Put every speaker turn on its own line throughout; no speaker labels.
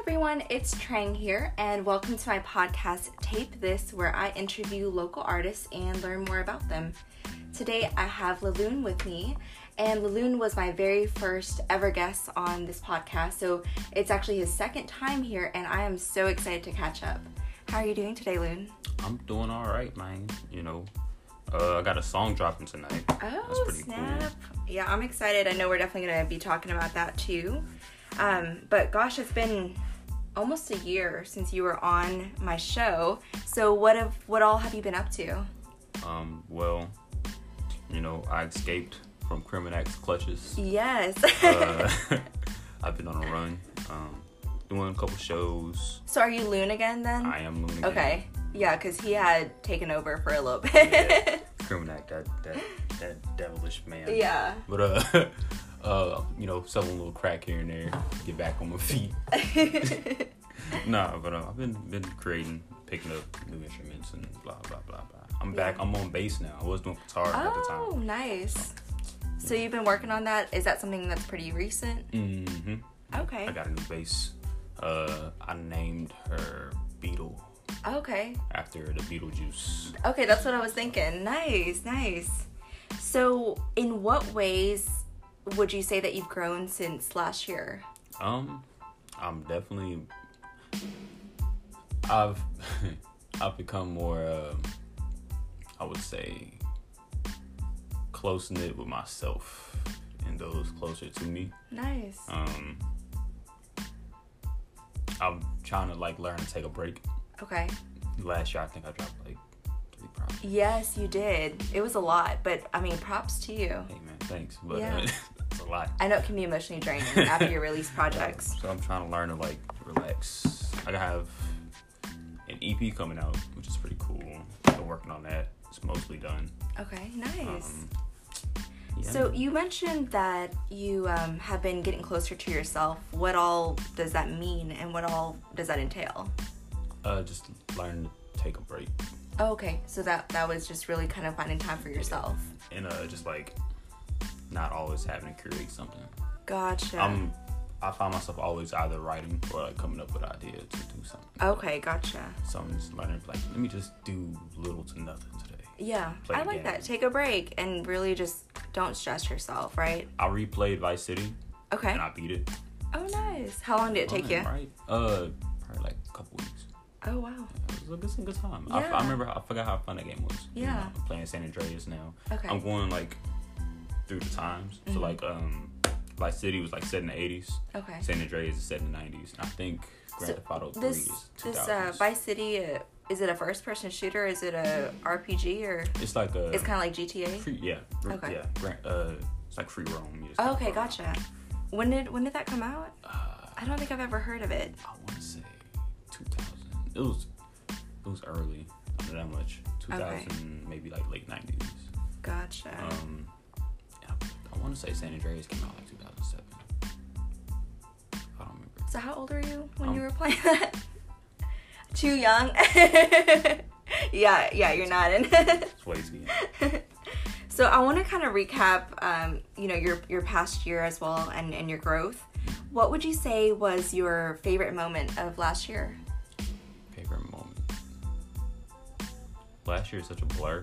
everyone, it's Trang here, and welcome to my podcast, Tape This, where I interview local artists and learn more about them. Today I have Laloon with me, and Laloon was my very first ever guest on this podcast, so it's actually his second time here, and I am so excited to catch up. How are you doing today, Loon?
I'm doing all right, man. You know, uh, I got a song dropping tonight.
Oh, snap. Yeah, I'm excited. I know we're definitely going to be talking about that too. Um, but gosh, it's been almost a year since you were on my show. So what have what all have you been up to?
cool. Um, well, you know, I escaped from Criminac's clutches.
Yes.
Uh, I've been on a run, um, doing a couple shows.
so are you Loon again then?
I am Loon again.
okay. Yeah, because he had taken over for a little bit.
Criminac, that that that devilish man.
yeah.
But uh, uh, you know, selling a little crack here and there, get back on my feet. Nah, but uh, I've been been creating, picking up new instruments and blah blah blah blah. I'm back.
Yeah.
I'm on bass now. I was doing guitar at the time.
oh, nice. So you've been working on that? Is that something that's pretty recent?
hmm
Okay.
I got a new bass. Uh, I named her Beetle
Okay.
after the Beetlejuice.
Okay, that's what I was thinking. Nice, nice. So, in what ways would you say that you've grown since last year?
Um, I'm definitely. I've I've become more. um I would say close knit with myself and those closer to me.
Nice.
Um, I'm trying to like learn to take a break.
Okay.
Last year, I think I dropped like three projects.
Yes, you did. It was a lot, but I mean, props to you.
Hey man, thanks, but
Yeah.
uh, it's a lot.
I know it can be emotionally draining after you release projects.
So I'm trying to learn to like relax. I have an EP coming out, which is pretty cool. Been working on that. It's mostly done.
Okay, nice.
Um, yeah.
So, you mentioned that you um, have been getting closer to yourself. What all does that mean and what all does that entail?
uh, just learn to take a break
Oh, okay, so that, that was just really kind of finding time for yourself.
and uh, just like not always having to create something.
Gotcha.
Um, I find myself always either writing or like coming up with ideas to do something.
Okay, gotcha.
So I'm just learning like let me just do little to nothing today.
Yeah,
Play
I
the
like
game.
that. Take a break and really just don't stress yourself, right?
I replayed Vice City
Okay.
and I beat it.
Oh, nice. How long did it take
Fun,
you?
Right? Uh, probably like a couple weeks.
Oh, wow.
It was a good, good time. I,
Yeah.
I remember. I forgot how fun that game was. You
Yeah.
know, I'm playing San Andreas now.
Okay. Mm-hmm.
I'm going like through the times. So like um, Vice City was like set in the 80s.
Okay.
San Andreas is set in the 90s. And I think Grand Theft Auto 3
This
is 2000s.
this uh, Vice City uh, is it a first person shooter? Is it a RPG or
it's like a.
it's kind of like GTA?
free, yeah. Re-
Okay.
Yeah. Grand, uh, it's like free roam. You just
Oh,
kinda
okay,
roam.
gotcha. When did when did that come out?
Uh,
I don't think I've ever heard of it.
I want to say 2000. It was it was early. Not that much. 2000, maybe like late 90s.
Gotcha.
Um, I, I want to say San Andreas came out like 2007. I don't remember.
So how old were you when you
Um,
were playing that? Too young. yeah, yeah, you're not in.
It's way too young.
So I want to kind of recap, um, you know, your your past year as well and and your growth. What would you say was your favorite moment of last year?
Favorite moment. Last year is such a blur.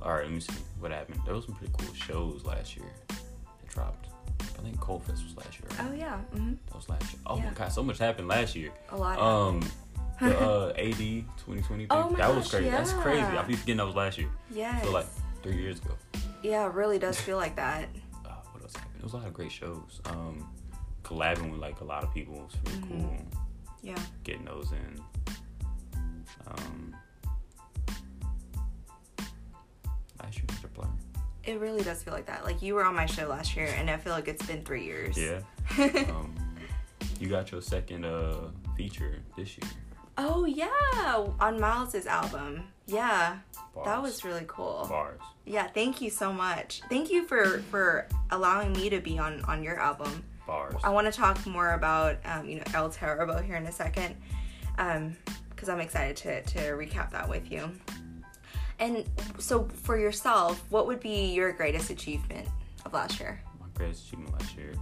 All right, let me see what happened. There was some pretty cool shows last year that dropped. I think Cold Fest was last year. Right?
Oh yeah, hmm
That was last year. Oh
Yeah.
my god, so much happened last year.
a lot.
Um, the uh, AD 2020 thing.
Oh my
that was
gosh,
crazy. That's crazy.
yeah.
I be forgetting that was last year.
yes.
So like three years ago.
yeah, it really does feel like that.
Uh, what else happened? It was a lot of great shows. Um, collabing with like a lot of people was really
Mm-hmm.
cool.
Yeah.
Getting those in. Um, last year was a blur.
It really does feel like that. Like you were on my show last year, and I feel like it's been three years.
Yeah. um, you got your second uh feature this year.
Oh yeah, on Miles's album. Yeah,
Bars.
that was really cool.
bars.
Yeah, thank you so much. Thank you for for allowing me to be on on your album.
Bars.
I want to talk more about um, you know El Terrible here in a second, because I'm excited to to recap that with you. And so for yourself, what would be your greatest achievement of last year?
My greatest achievement last year.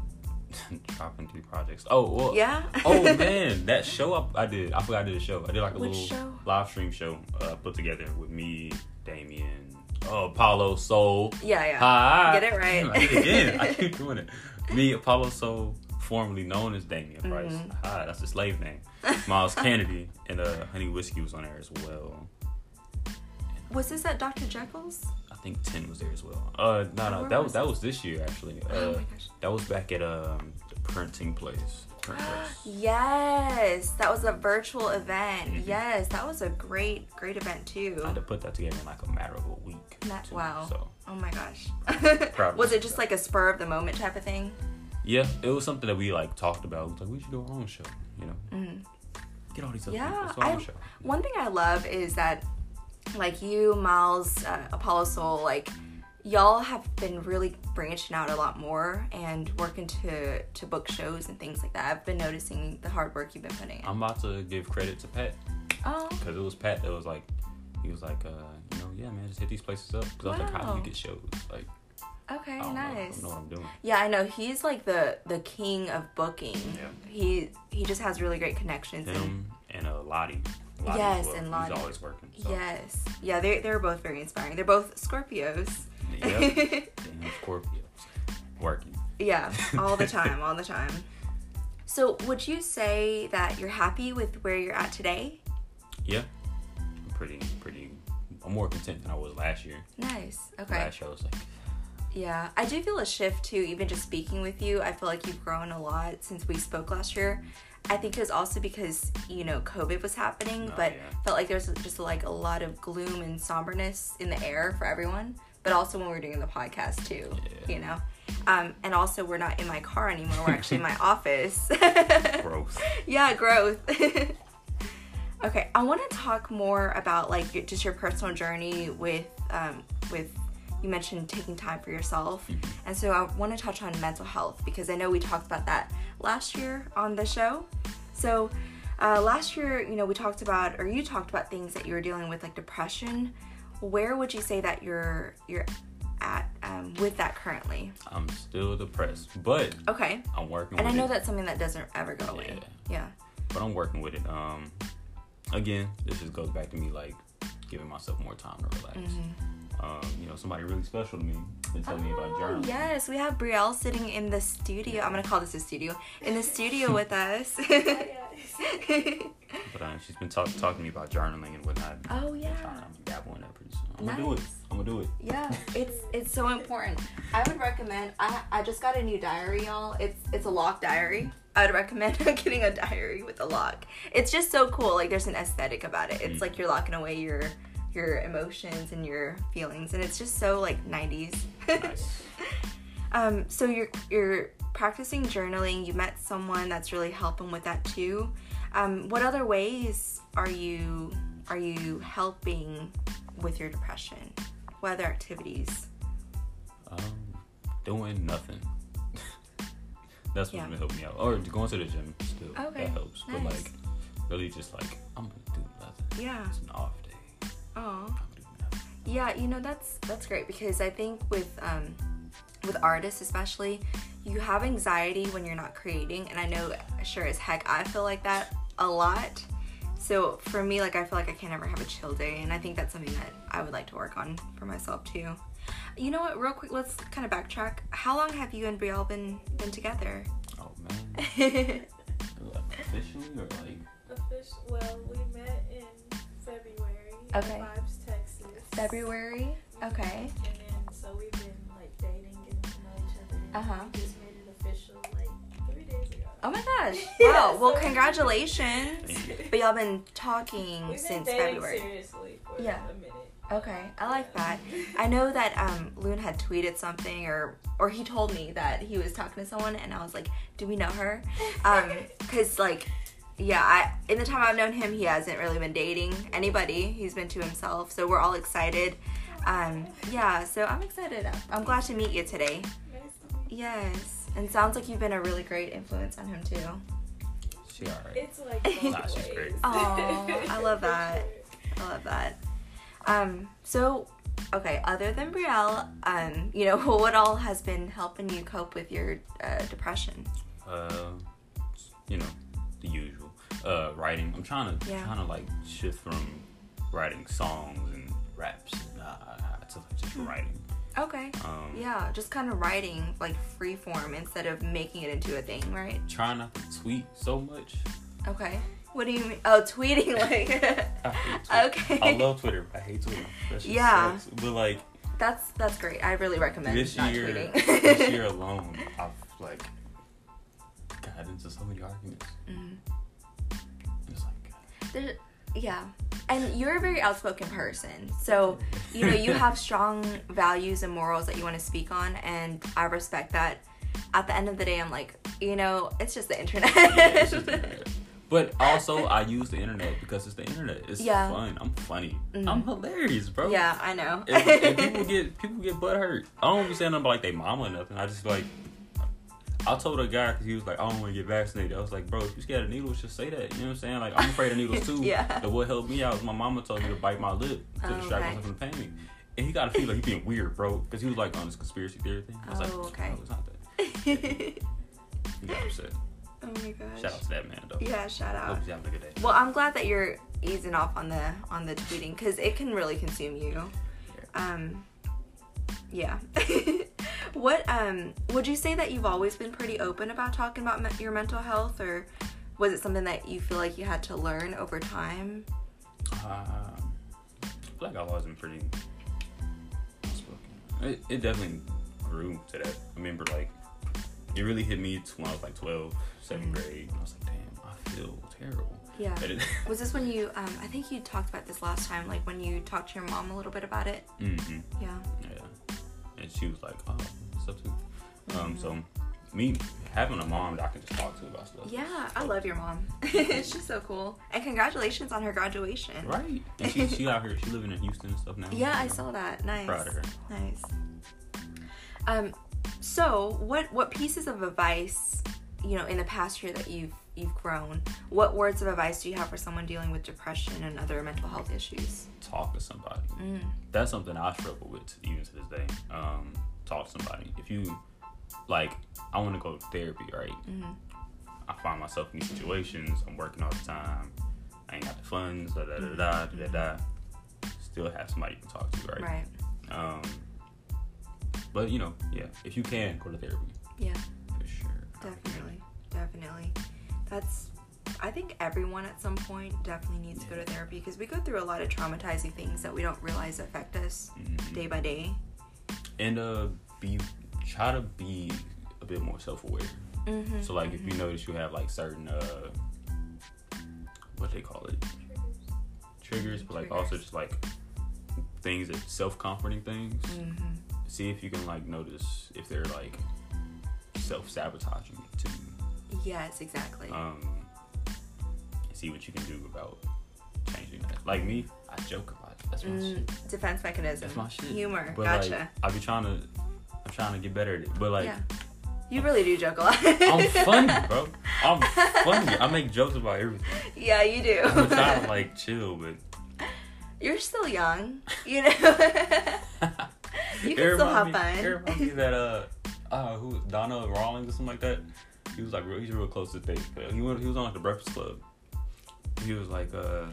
dropping three projects. Oh, well,
Yeah.
oh man, that show I, I did. I forgot I did a show. I did like a
Which
little
show?
live stream show uh, put together with me, Damien, oh, Apollo Soul.
yeah, yeah.
Hi.
Get it right.
I did it again, I keep doing it. Me, Apollo Soul, formerly known as Damien Price.
Mhm.
Hi, that's his slave name. Miles Kennedy and uh, Honey Whiskey was on there as well.
Was this at Dr. Jekyll's?
I think Ten was there as well. Uh, no, no,
Where
that
was
was that was this year actually. Uh,
oh my gosh.
that was back at um the printing place. Print place.
Yes, that was a virtual event.
Mhm.
Yes, that was a great, great event too.
I had to put that together in like a matter of a week.
That-
too,
wow.
uh, So
Oh my gosh.
Proud
was
of
it just like a spur of the moment type of thing?
yeah, it was something that we like talked about. It was like we should do our own show. You know,
Mm.
get all these other
Yeah,
people. It's our own
I-
show.
One thing I love is that, like you, Miles, uh, Apollo Soul, like y'all have been really branching out a lot more and working to to book shows and things like that. I've been noticing the hard work you've been putting in.
I'm about to give credit to Pat
oh,
because it was Pat that was like, he was like, uh, you know, yeah, man, just hit these places up. Because I was like, how do
Wow.
you get shows? Like,
okay,
I don't, know, I
nice.
don't know what I'm doing.
Yeah, I know he's like the the king of booking.
Yeah.
He he just has really great connections. And,
Him and uh, Lottie. Lottie
Yes,
as well.
and Lottie.
He's always working. So.
Yes, yeah, they they're both very inspiring. They're both Scorpios.
Yep. Damn Scorpio. Working.
Yeah, all the time, all the time. So, would you say that you're happy with where you're at today?
Yeah. I'm pretty, pretty. I'm more content than I was last year.
Nice. Okay.
Last year I was like,
Yeah, I do feel a shift too, even just speaking with you. I feel like you've grown a lot since we spoke last year. I think it was also because, you know, COVID was happening,
Oh,
but
yeah.
felt like there was just like a lot of gloom and somberness in the air for everyone, but also when we were doing the podcast too,
Yeah.
you know? Um, and also, we're not in my car anymore. We're actually in my office.
gross.
yeah growth okay i want to talk more about like your, just your personal journey with um, with you mentioned taking time for yourself and so i want to touch on mental health because i know we talked about that last year on the show so uh, last year you know we talked about or you talked about things that you were dealing with like depression where would you say that you're you're at um, with that currently
I'm still depressed, but
okay
I'm working
and i
with
know
it.
that's something that doesn't ever go away yeah
But I'm working with it. Um, again, this just goes back to me like giving myself more time to relax.
Mm-hmm.
Um, you know, somebody really special to me and tell me about
Oh,
journaling.
Yes, we have Brielle sitting in the studio. I'm gonna call this a studio. In the studio with us.
But uh, she's been talk- talking to me about journaling and whatnot.
oh
I'm
yeah.
gonna dabble in that pretty soon. I'm gonna do it.
Nice.
I'm gonna do it.
Yeah, it's it's so important. I would recommend. I I just got a new diary, y'all. It's it's a lock diary. I would recommend getting a diary with a lock. It's just so cool. Like there's an aesthetic about it. It's
Mm.
like you're locking away your your emotions and your feelings, and it's just so like 90s.
Nice.
Um, so you're you're practicing journaling. You met someone that's really helping with that too. Um, what other ways are you are you helping with your depression? What other activities?
Um, doing nothing. That's what's
Yeah.
been helping me out. Or going to the gym still.
Okay,
That helps. But
nice.
like, really just like, I'm gonna do nothing.
Yeah.
It's an off day.
Oh.
I'm gonna do nothing.
Yeah, you know that's that's great because I think with um, with artists especially, you have anxiety when you're not creating, and I know sure as heck I feel like that a lot. So for me, like I feel like I can't ever have a chill day, and I think that's something that I would like to work on for myself too. You know what? Real quick, let's kind of backtrack. How long have you and Brielle been been together?
Oh man. Like, officially or like,
Official. Well, we met in February.
Okay.
In Vibes, Texas.
February. Okay.
And then so we've been like dating, getting to know each other. and
Uh-huh.
We just made it official like three days ago.
Oh my gosh!
Yeah,
Wow. Well,
so-
congratulations. But y'all been talking
We've been
since
dating
February.
seriously for
Yeah.
a minute.
Okay, I like that. I know that um, Loon had tweeted something, or or he told me that he was talking to someone, and I was like, "Do we know her?" Um, cause like, yeah, I in the time I've known him, he hasn't really been dating anybody. He's been to himself, so we're all excited. Um, yeah, so I'm excited. I'm- I'm glad to meet you today.
Nice to meet you.
Yes, and sounds like you've been a really great influence on him too.
she alright.
It's like both
Nah, she's
ways.
great.
Aw, I love
For
that.
sure.
I love that. Um, so okay, other than Brielle, um, you know, what all has been helping you cope with your uh, depression?
uh, you know, the usual. Uh, writing. I'm trying to
Yeah.
trying to like shift from writing songs and raps uh, to like, just writing.
Okay.
Um,
Hmm. Yeah, just kind of writing like free form instead of making it into a thing, right?
Trying not to tweet so much.
Okay. What do you mean? Oh, tweeting like
I hate Twitter.
Okay.
I love Twitter. I hate Twitter. That shit
Yeah.
sucks. But like
that's that's great. I really recommend
this
not
year,
tweeting.
this year alone, I've like got into so many arguments.
Mhm.
It's like
There- yeah. And you're a very outspoken person. So, Oh, you know, you have strong values and morals that you want to speak on and I respect that. At the end of the day, I'm like, you know, it's just the internet.
Yeah, it's just the internet. But also, I use the internet because it's the internet. It's
Yeah.
fun. I'm funny.
Mhm.
I'm hilarious, bro.
Yeah, I know.
If, if people get people get butt hurt. I don't be saying nothing about like they mama or nothing. I just like I told a guy because he was like, I don't want to get vaccinated. I was like, bro, if you scared of needles, just say that. You know what I'm saying? Like I'm afraid of needles too.
Yeah.
But what helped me out was my mama told me to bite my lip to
Oh,
distract
okay.
myself from the pain. And he got a feel like he being weird, bro, because he was like on this conspiracy theory thing. I was like,
Oh, okay.
no, it's not that.
oh
He got upset.
my gosh.
Shout out to that man though.
Yeah, shout out.
Hope he's having a good day.
Well, I'm glad that you're easing off on the on the tweeting because it can really consume you. Um, yeah. what um would you say that you've always been pretty open about talking about me- your mental health, or was it something that you feel like you had to learn over time?
Um, I feel like I've always been pretty outspoken. It, it definitely grew to that. I remember, like, it really hit me t- when I was like 12, 7th grade. And I was like, damn, I feel terrible.
Yeah.
That it,
Was this when you? Um, I think you talked about this last time, like when you talked to your mom a little bit about it.
mm-hmm,
Yeah.
yeah. And she was like, oh, what's up, too? Um, so, me having a mom that I can just talk to about stuff.
Yeah, I love your mom. She's so cool. And congratulations on her graduation.
Right. And she, she out here, she living in Houston and stuff now.
Yeah, I saw that. Nice.
Proud of her.
Nice. Um, so what what pieces of advice, you know, in the past year that you've you've grown, what words of advice do you have for someone dealing with depression and other mental health issues?
Talk to somebody.
Mm.
that's something I struggle with to- even to this day. Um, talk to somebody. If you like, I want to go to therapy, right?
Mhm.
I find myself in these situations. I'm working all the time. I ain't got the funds. Da da da da da da. da. Still have somebody you can talk to, right?
Right.
Um, but you know, yeah. If you can, go to therapy
Yeah,
for sure. I recommend it.
definitely. Definitely. That's I think everyone at some point definitely needs to go to therapy because we go through a lot of traumatizing things that we don't realize affect us
Mhm.
day by day.
And uh, be try to be a bit more self-aware.
Mm-hmm.
So like, if you notice you have like certain uh, what they call it, triggers, but like also
Triggers.
just like things that self-comforting things.
Mm-hmm.
See if you can like notice if they're like self-sabotaging to you.
Yes, exactly.
Um, and see what you can do about changing that. Like me, I joke a lot. That's my shit.
Mm, defense mechanism.
That's my shit.
Humor.
But
gotcha.
like, I be trying to, I'm trying to get better at it. But like.
yeah. You really do joke a lot.
I'm funny, bro. I'm funny. I make jokes about everything.
yeah, you do.
I'm trying to like chill, but
You're still young. You know. You can still have fun.
Everybody that uh, uh, who Donna Rawlings or something like that. He was like real. He's real close to things. But he went. He was on like the Breakfast Club. He was like, uh,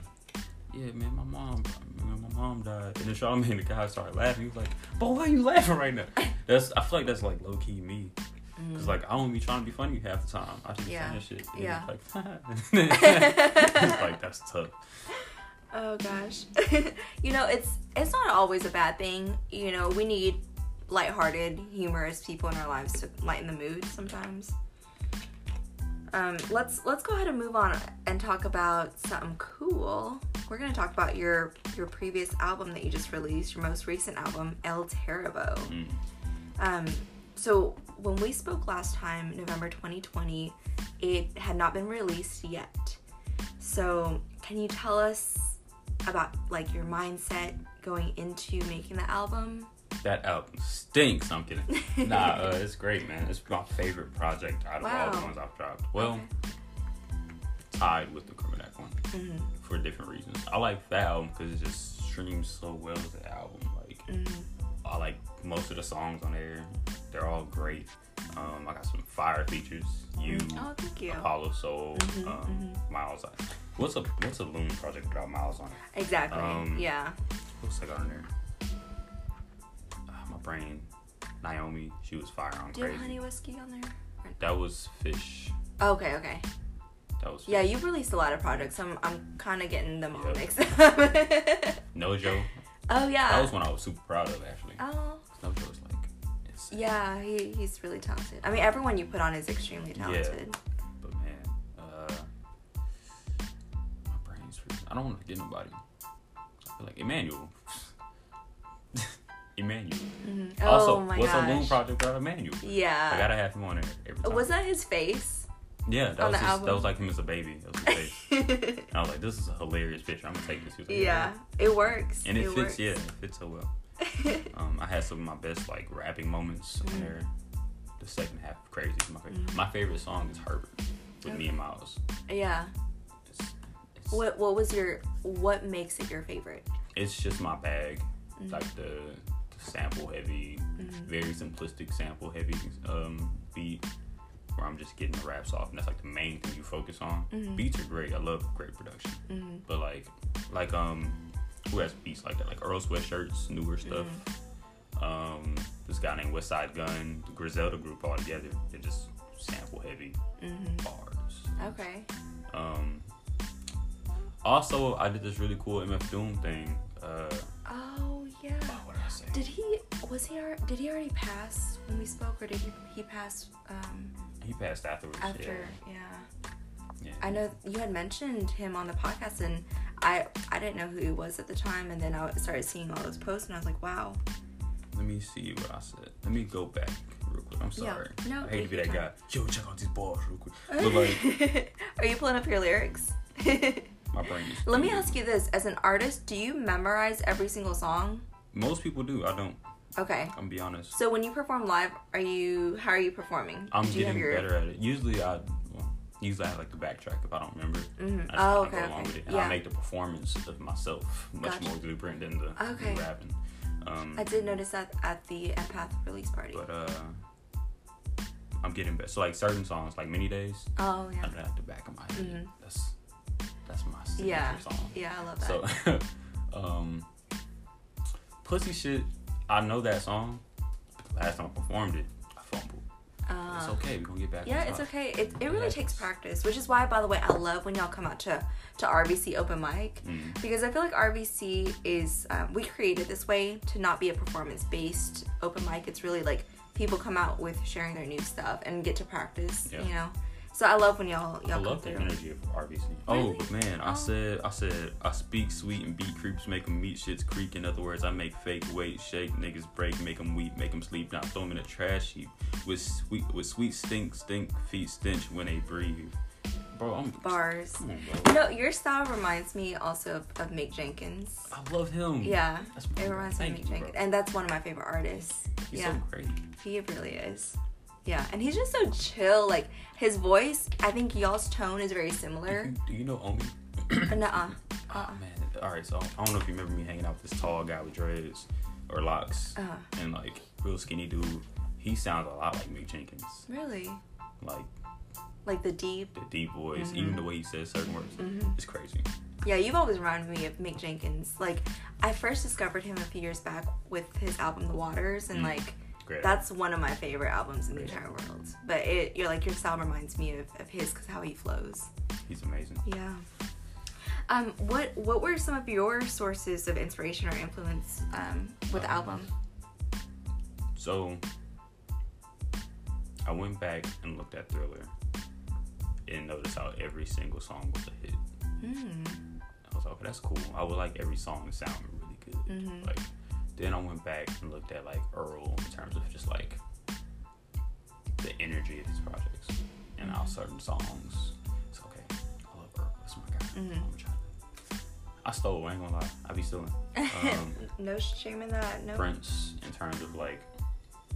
yeah, man, my mom, man, my mom died. And then Charlamagne the guy started laughing. He was like, but why are you laughing right now? That's. I feel like that's like low key me.
Mm.
Cause like I don't be trying to be funny half the time. I just be
Yeah.
saying shit. And
Yeah.
it's Like, it's like that's tough.
oh gosh. you know, it's it's not always a bad thing. You know, we need lighthearted, humorous people in our lives to lighten the mood sometimes. Um, let's let's go ahead and move on and talk about something cool. We're gonna talk about your your previous album that you just released, your most recent album, El Terribo.
Mm.
Um, so when we spoke last time, November 2020, it had not been released yet. So can you tell us about like your mindset going into making the album?
That album stinks. I'm kidding. nah, uh, it's great, man. It's my favorite project out of all the
Wow.
ones I've dropped. Well, tied with the Criminac one
Mhm.
for different reasons. I like that album because it just streams so well as an album. Like,
Mhm.
I like most of the songs on there. They're all great. Um, I got some fire features. You,
Oh, Mm-hmm, thank you.
Apollo Soul, um, Miles. On. What's a what's a Loon project without Miles on it?
Exactly.
Um,
yeah.
What's I got on there? Ah, my brain. Naomi, she was fire on
Did
crazy.
honey whiskey on there?
That was fish.
Okay, okay.
That was fish.
Yeah, you released a lot of products. I'm I'm kind of getting them all
Yep.
mixed up.
Nojo.
oh yeah.
That was one I was super proud of actually.
oh
Nojo was like insane.
yeah, he, he's really talented. I mean, everyone you put on is extremely
Yeah.
talented.
But man, uh, my brain's freezing. I don't want to forget nobody. I feel like Emmanuel. Emmanuel.
hmm
also,
oh my
what's
gosh.
a Loon project without Emmanuel? I
yeah. Uh,
gotta have him on there every time.
Was that his face?
yeah, that
on the
was his, that
album?
was like him as a baby. That was his face. And I was like, this is a hilarious picture. I'm gonna take this. He was like,
yeah, it works.
And it, fits,
works.
yeah, it fits so well. Um, I had some of my best like rapping moments on
Mhm.
there. The second half of Crazy is my favorite.
Mhm.
My favorite song is Herbert with me and Miles.
yeah.
It's, it's,
What What was your What makes it your favorite?
it's just my bag.
Mhm.
Like the, the sample heavy,
Mhm.
very simplistic sample heavy um, beat where I'm just getting the raps off, and that's like the main thing you focus on.
Mhm.
Beats are great. I love great production.
Mhm.
But like, like um, who has beats like that? Like Earl Sweatshirts, newer
Mm-hmm.
stuff. Um, this guy named Westside Gun, the Griselda group all together. They're just sample heavy
Mhm.
bars.
Okay.
Um, also, I did this really cool MF Doom thing. Uh,
Oh yeah.
oh, what did I say?
Did he was he al- did he already pass when we spoke or did he he pass um,
he passed afterwards.
after? Yeah.
Yeah. yeah.
I know you had mentioned him on the podcast and I I didn't know who he was at the time and then I started seeing all his posts and I was like wow
Let me see what I said. Let me go back real quick. I'm
Yeah.
sorry.
No,
I hate to be
take
that
your
guy. Yo, check out these bars real quick. But like,
are you pulling up your lyrics?
my brain is.
Let me ask you this: as an artist, do you memorize every single song?
Most people do. I don't.
Okay.
I'm gonna be honest.
So when you perform live, are you how are you performing?
I'm
do you
getting better at it. Usually I well, usually I have like to backtrack if I don't remember.
Mhm.
I just
Oh,
kinda
okay,
go along
okay.
with it. And
Yeah.
I make the performance of myself much
Gotcha.
more exuberant than the, the
Okay.
rapping. Um
I did notice that at the Empath release party.
but uh I'm getting better. So like certain songs like Many Days,
Oh
I
yeah.
know at the back of my head.
Mhm.
That's that's my signature
Yeah.
song.
Yeah, I love that.
So um Pussy Shit, I know that song. Last time I performed it, I fumbled.
Uh,
it's okay, we're gonna get back on
Yeah, it's
top.
okay. It, it really
Yeah.
takes practice, which is why, by the way, I love when y'all come out to to RVC open mic
Mhm.
because I feel like RVC is um, we created this way to not be a performance based open mic. It's really like people come out with sharing their new stuff and get to practice.
Yeah.
You know, so I love when y'all y'all
I
come
love the
through.
energy of RBC.
Really?
Oh but man, I
Oh.
said I said I speak sweet and beat creeps, make 'em meet shits creek. In other words, I make fake weight shake, niggas break, make 'em weep, make 'em sleep, not throw 'em in a trash heap. With sweet with sweet stink, stink feet stench when they breathe. Bro, I'm
Bars.
Come on,
You
bro.
know, your style reminds me also of, of Mick Jenkins.
I love him.
Yeah,
That's my
it
guy.
reminds me of
Oh, Thank
Mick
you,
Jenkins,
bro.
and that's one of my favorite artists.
He's
yeah.
so great.
He really is. Yeah, and he's just so chill. Like his voice, I think y'all's tone is very similar.
You, do you know Omi?
Nuh-uh. Uh-uh.
Oh man. Alright, so I don't know if you remember me hanging out with this tall guy with dreads or locks
Uh,
and like real skinny dude. He sounds a lot like Mick Jenkins.
really?
Like
Like the deep.
the deep voice,
Mhm.
even the way he says certain words.
Mhm.
It's crazy.
Yeah, you've always reminded me of Mick Jenkins. Like I first discovered him a few years back with his album The Waters, and
Mm.
like
Great.
that's one of my favorite albums in the
Great.
entire world. But it, you're like your style reminds me of, of his because how he flows.
He's amazing.
Yeah. Um, what what were some of your sources of inspiration or influence um, with the
Um,
album?
So I went back and looked at Thriller and noticed how every single song was a hit.
Mm.
I was like, okay, that's cool. I would like every song to sound really good.
Mhm.
Like then I went back and looked at like Earl in terms of just like the energy of his projects and how certain songs. It's okay. I love Earl. That's my guy.
Mhm.
I'm trying. I stole. I ain't gonna lie. I be stealing. Um,
no shame in that. No.
Prince in terms of like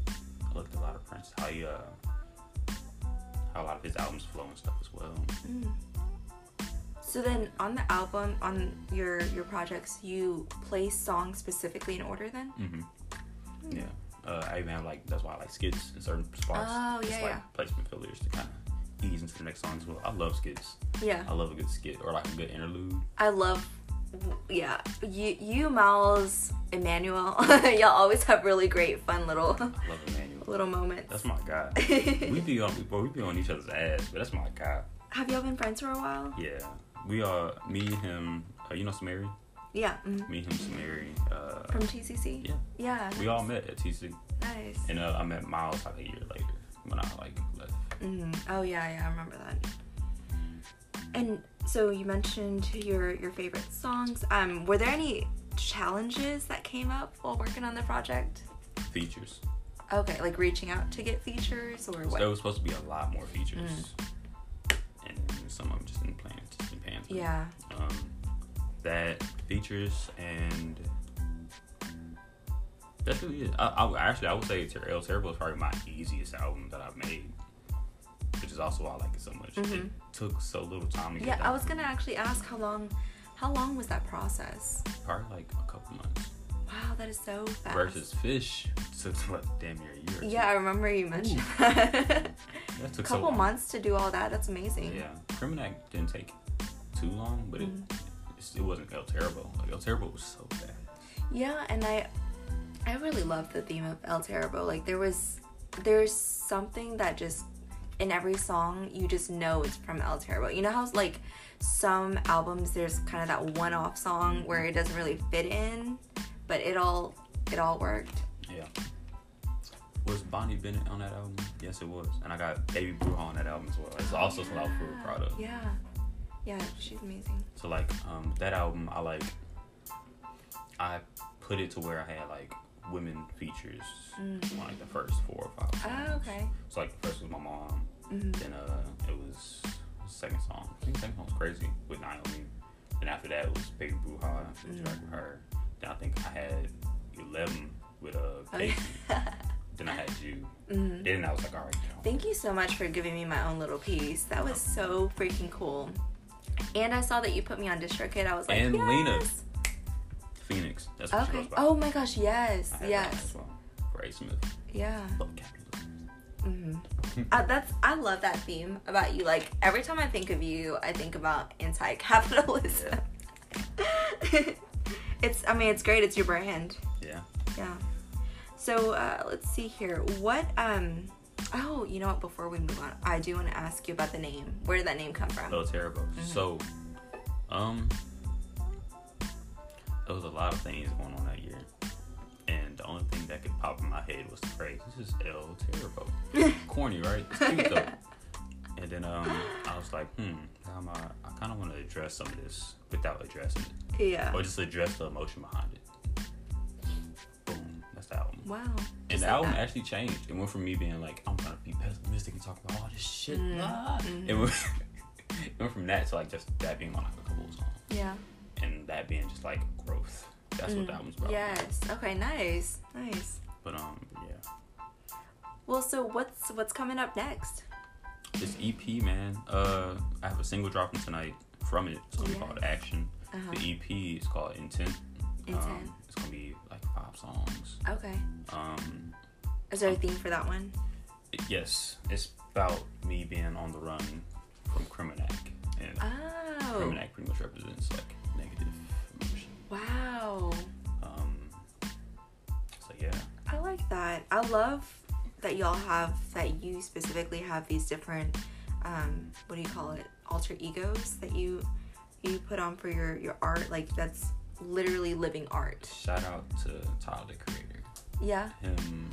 I looked at a lot of Prince, how he uh how a lot of his albums flow and stuff as well.
Mm. So then, on the album, on your your projects, you play songs specifically in order. Then.
Mm-hmm. Yeah. Uh, I even have like that's why I like skits in certain spots.
Oh,
It's
yeah,
like
yeah.
placement fillers to kind of ease into the next song as well. I love skits.
Yeah.
I love a good skit or like a good interlude.
I love, yeah, you, you Miles, Emmanuel, y'all always have really great, fun little,
I love Emmanuel.
little moments.
That's my guy. we
have
be on bro, we be on each other's ass, but that's my guy.
y'all been friends for a while?
Yeah. We are me, him, uh, you know Samari?
Yeah. mhm.
Me, him, Samari. Uh,
From TCC.
yeah.
Yeah.
We all met at TC.
Nice.
And uh, I met Miles like a year later when I like left.
hmm Oh yeah, yeah, I remember that. And so you mentioned your your favorite songs. Um, were there any challenges that came up while working on the project?
Features.
Okay, like reaching out to get features or
So there
what?
was supposed to be a lot more features. And some of them just didn't plan didn't pan to me.
Mm. Yeah.
Um, that features and that's really it. I, I would- actually I would say Ter- El Terrible is probably my easiest album that I've made, which is also why I like it so much. It
Mhm.
took so little time to get
Yeah, I
done.
was gonna actually ask how long, how long was that process?
probably like a couple months.
Wow, that is so fast.
Versus Fish took what damn near a year. or two.
Yeah, I remember you mentioned that.
that
A
took so
couple
long.
months to do all that. That's amazing.
Yeah, Criminac didn't take too long, but it
Mm-hmm.
it's- it wasn't El Terrible. Like El Terrible was so bad.
Yeah, and I I really love the theme of El Terrible. Like there was there's something that just in every song you just know it's from El Terrible. You know how like some albums there's kind of that one off song where it doesn't really fit in, but it all it all worked.
Yeah. Was Bonnie Bennett on that album? Yes, it was. And I got Baby Bruja on that album as well. It's also some South Fruit product.
Yeah. Yeah, she's amazing.
So like um that album I like I put it to where I had like women features on like the first four or five.
Mm. Oh,
songs.
okay.
So like the first was my mom.
Mhm.
Then uh it was the second song. I think the second song was crazy with Naomi. Then after that it was Baby Bruja, which
Mhm.
mm. with her. Then I think I had eleven with uh
Oh,
Casey.
yeah.
Then I had you.
Mhm.
Then I was like, all right. y'all.
Thank you so much for giving me my own little piece. That was so freaking cool. And I saw that you put me on District Kid. I was like,
And Lena.
yes!
Phoenix. That's what she
Okay.
goes by.
Oh my gosh, yes,
I had that as
yes,
well. For A. Smith.
yeah.
Fuck capitalism.
hmm uh, that's I love that theme about you. Like every time I think of you, I think about anti-capitalism. it's I mean it's great. It's your brand.
Yeah.
Yeah. So uh, let's see here. What um. Oh, you know what? Before we move on, I do want to ask you about the name. Where did that name come from?
El Terrible.
Mm-hmm.
So, um, there was a lot of things going on that year. And the only thing that could pop in my head was the phrase, this is El Terrible. Corny, right? It's cute though. And then um, I was like, hmm, how am I, I kind of want to address some of this without addressing it.
Yeah.
Or just address the emotion behind it. Boom. That's the album.
Wow.
And
Just
the
like
album
that.
actually changed. It went from me being like, I'm gonna be pessimistic and talk about all this shit.
Mm-hmm.
ah. It, went, it went from that to like just that being on like a couple of songs.
Yeah.
And that being just like growth. That's
Mm.
what the album's about.
Yes. Okay. Nice. Nice.
But um yeah.
Well, so what's what's coming up next?
This EP man, uh I have a single dropping tonight from it. It's gonna be
Yes.
called Action.
Uh-huh.
The EP is called Intent.
Intent.
Um, it's gonna be like five songs.
Okay.
Um
Is there a theme for that one?
it- yes, it's about me being on the run from Criminac and
Oh.
Criminac pretty much represents like negative emotion.
Wow.
Um, so yeah,
I like that. I love that y'all have that you specifically have these different um what do you call it? alter egos that you you put on for your your art like that's literally living art.
shout out to Tyler the Creator.
Yeah.
Him,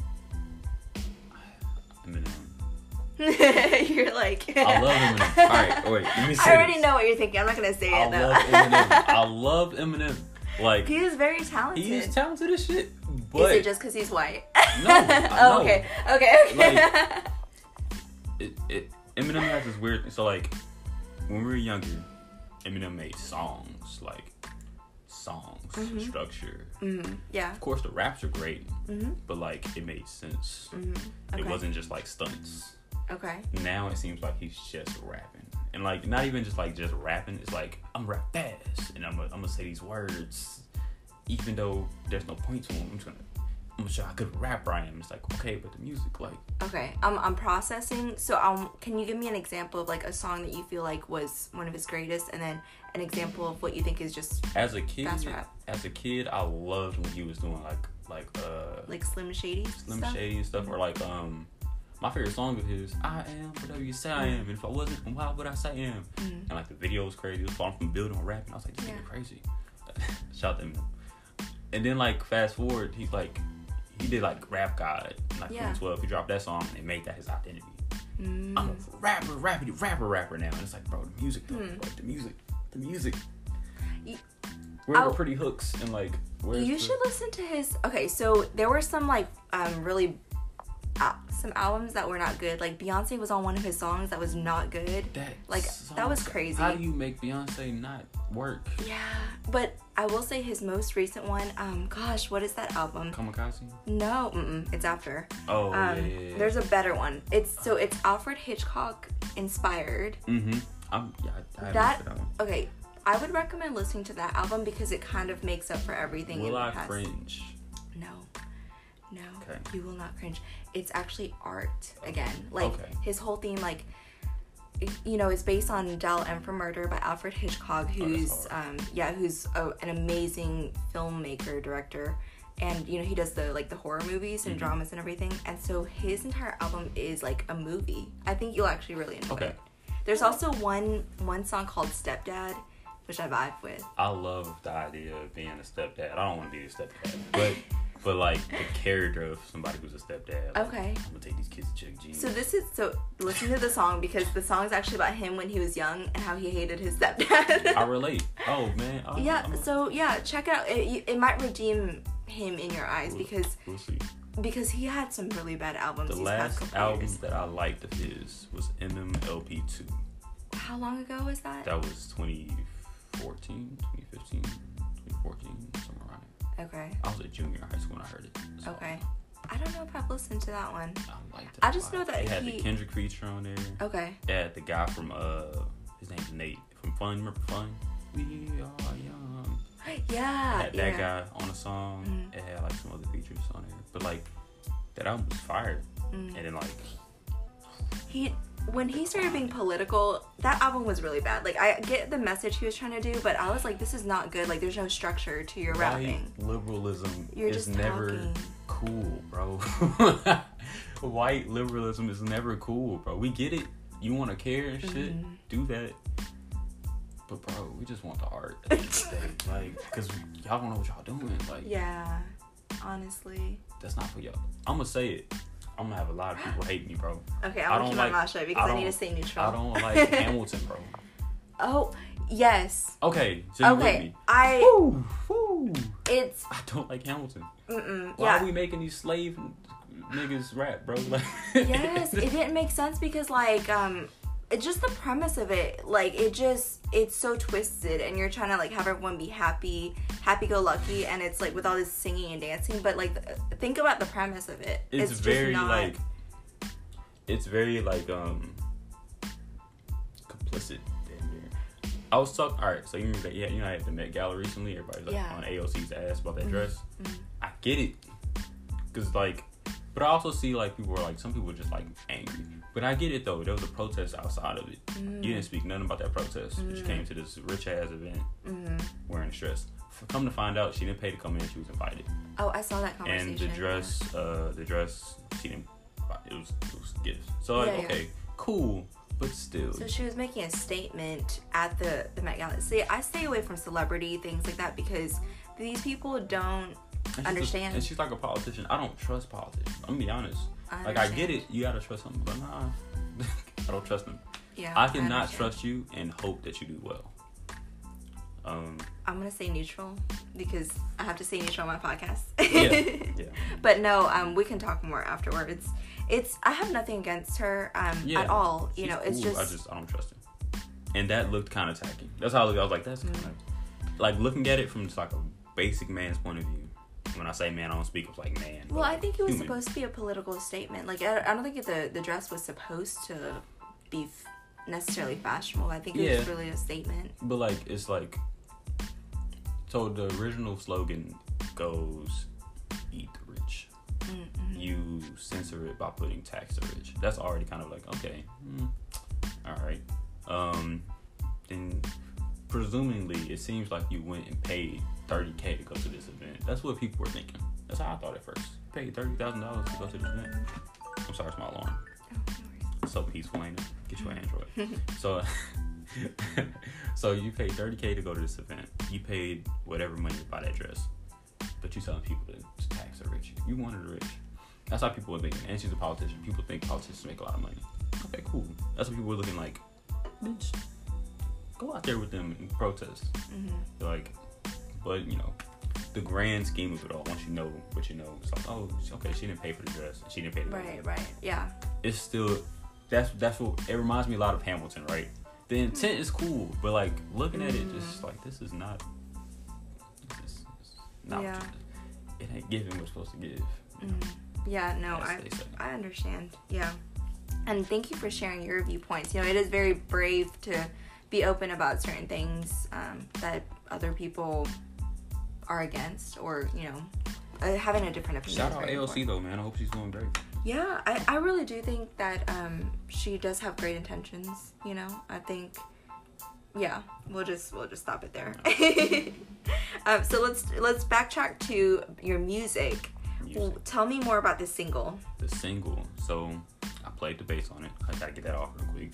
Eminem.
You're like
I love Eminem. All right, wait, let me say
I already
this.
know what you're thinking. I'm not gonna say
I
it though.
love Eminem. I love Eminem. Like
He is very talented.
he's talented as shit,
is
but
it just because he's white?
No, I-
oh,
no.
okay. Okay. Okay.
it, it, Eminem has this weird. So like, when we were younger, Eminem made songs like songs
Mm-hmm.
structure.
Mm, yeah.
Of course, the raps are great,
Mhm.
but like it made sense.
Mm-hmm. Okay.
It wasn't just like stunts.
Okay.
Now it seems like he's just rapping. And like not even just like just rapping, it's like I'm rap fast and I'm gonna I'm gonna say these words even though there's no point to them. I'm just gonna I'm sure how good of a rapper I am. It's like, okay, but the music, like,
Okay, um, I'm processing. So, um, can you give me an example of like a song that you feel like was one of his greatest, and then an example of what you think is just
as a kid,
That's rap.
as a kid, I loved when he was doing like, like, uh,
like Slim Shady
Slim
stuff?
Shady and stuff, or like, um, my favorite song of his, I am whatever you say I am, and if I wasn't, then why would I say I am?
Mhm.
And like the video was crazy. It was falling from building on rapping. I was like, this
Yeah.
nigga crazy. Shout out to him. And then like fast forward, he's like, he did like Rap God, in, like
Yeah.
2012. He dropped that song and made that his identity.
Mm.
I'm a rapper, rapper, rapper, rapper now. And it's like, bro, the music, though,
Hmm.
like the music, the music.
You-
Where are
I'll-
the pretty hooks and like, where's
You
the-
should listen to his. Okay, so there were some like um really uh, some albums that were not good. Like Beyonce was on one of his songs that was not good.
that
like,
song.
that was crazy.
How do you make Beyonce not work?
Yeah, but I will say his most recent one. Um, gosh, what is that album?
Kamikaze.
No, mm-mm, it's after. Um,
Oh yeah, yeah, yeah.
there's a better one. It's so it's Alfred Hitchcock inspired.
Mm-hmm. I'm, yeah, I, I
That-
that, that one.
Okay, I would recommend listening to that album because it kind of makes up for everything. in
Will
the
I
past.
cringe?
No. No.
Okay.
You will not cringe. It's actually art again. Like
Okay.
his whole theme, like you know, it's based on Dal M for Murder by Alfred Hitchcock, who's um, yeah, who's a, an amazing filmmaker director, and you know he does the like the horror movies and
Mhm.
dramas and everything. And so his entire album is like a movie. I think you'll actually really enjoy
Okay.
it. There's also one one song called Stepdad, which I vibe with.
I love the idea of being a stepdad. I don't want to be a stepdad, but but like the character of somebody who's a stepdad. like,
Okay.
I'm gonna take these kids to Chuck E. G's.
So this is so listen to the song because the song is actually about him when he was young and how he hated his stepdad.
I relate. Oh man. Oh,
yeah,
I'm-
so yeah, check it out. It, you- it might redeem him in your eyes because
we'll see.
because he had some really bad albums
The
these past
last
couple
album
years.
that I liked of his was MMLP two.
How long ago was that?
That was 2014, 2015, 2014, somewhere around. there.
Okay,
I was a junior in high school when I heard it. so
okay. I don't know if I've listened to that one.
I liked it.
I
a
just
lot.
know that
it had
he-
the Kendrick feature on there.
Okay,
Yeah, the guy from uh, his name's Nate from Fun. Remember Fun? We are young.
yeah,
Had that
yeah.
guy on a song.
Mhm.
It had like some other features on there, but like that album was fire.
Mm.
And then like
He when he started being political, that album was really bad. Like I get the message he was trying to do, but I was like, this is not good. Like there's no structure to your rapping.
white liberalism
You're
is
just
never
talking.
cool, bro. white liberalism is never cool, bro. We get it. You want to care and shit,
Mhm.
do that. But bro, we just want the art. at the end of the day. like, cause y'all don't know what y'all doing. Like,
Yeah, honestly.
That's not for y'all. I'm gonna say it. I'm gonna have a lot of people hate me, bro.
Okay,
I
I'm gonna
don't
keep
like-
my mouth shut because
I
I, need
don't-
to stay neutral.
I don't like Hamilton, bro.
oh, yes.
Okay, so you with
okay,
me?
I.
Woo, woo.
It's.
I don't like Hamilton.
Mm-mm,
Why are
yeah.
we making these slave niggas rap, bro? Like,
yes, it didn't make sense because like um, it just the premise of it, like it just it's so twisted, and you're trying to like have everyone be happy, happy go lucky, and it's like with all this singing and dancing, but like th- think about the premise of it.
it's,
just
very
not-
like. It's very like um. Complicit. Damn near. I was talking. All right, so you remember that? Yeah, you know, I had the Met Gala recently. Everybody's like
Yeah.
on AOC's ass about that dress.
Mhm.
I get it, cause like, but I also see like people are like some people are just like angry. But I get it though. There was a protest outside of it.
Mm-hmm.
You didn't speak nothing about that protest, but you came to this rich ass event
Mhm.
wearing a dress. F- Come to find out, she didn't pay to come in. She was invited,
Oh, I saw that conversation.
and the dress, uh, the dress, she didn't. buy- It was, it was gifts. So like,
Yeah, yeah.
okay, cool, but still,
So she was making a statement at the the Met Gala. See, I stay away from celebrity things like that because these people don't.
And she's a-
understand.
and she's like a politician. I don't trust politicians. I'm gonna be honest.
I
like I get
understand.
it. You gotta trust them, but nah, I don't trust them.
Yeah,
I cannot
understand.
trust you and hope that you do well. Um,
I'm gonna say neutral because I have to say neutral on my podcast.
yeah, yeah.
but no, um, we can talk more afterwards. It's I have nothing against her um
Yeah,
at all. You
she's
know, it's
cool.
just,
I just I don't trust him. And that looked kind of tacky. That's how I looked. I was like, that's
Mm.
kind of like looking at it from just like a basic man's point of view. When I say man, I don't speak of like man. but
well, I
like
think it was
human.
supposed to be a political statement. Like I, I don't think the the dress was supposed to be f- necessarily fashionable. I think it was
Yeah.
really a statement.
But like it's like so the original slogan goes eat the rich.
Mm-hmm.
you censor it by putting tax to rich. That's already kind of like okay, mm, all right. Um, then presumably it seems like you went and paid 30k to go to this event. That's what people were thinking. That's how I thought at first. Paid thirty thousand dollars to go to this event. I'm sorry, it's my alarm. So peaceful, ain't it? Get you an Android. So, so you paid 30k to go to this event. You paid whatever money to buy that dress, but you telling people to, to tax the rich. You wanted the rich. That's how people were thinking. And she's a politician. People think politicians make a lot of money. Okay, cool. That's what people were looking like. Bitch, go out there with them and protest. Like, but you know, the grand scheme of it all. Once you know what you know, it's like, oh, okay, she didn't pay for the dress. She didn't pay the money
Right, right. Yeah.
it's still that's that's what it reminds me a lot of Hamilton, right? The intent is cool, but like looking at it, just
Mm-hmm.
like this is not, this is not
Yeah.
it ain't giving what it's supposed to give. you know?
Mm-hmm. Yeah, no,
As
I
they say.
I understand. Yeah. And thank you for sharing your viewpoints. You know, it is very brave to be open about certain things um, that other people are against or, you know, uh, having a different opinion.
Shout
is
out
very
ALC
important.
though, man. I hope she's doing great.
Yeah, I, I really do think that um, she does have great intentions, you know. I think yeah, we'll just we'll just stop it there. um, so let's let's backtrack to your music.
Music.
Tell me more about this single.
The single, so I played the bass on it. I gotta get that off real quick.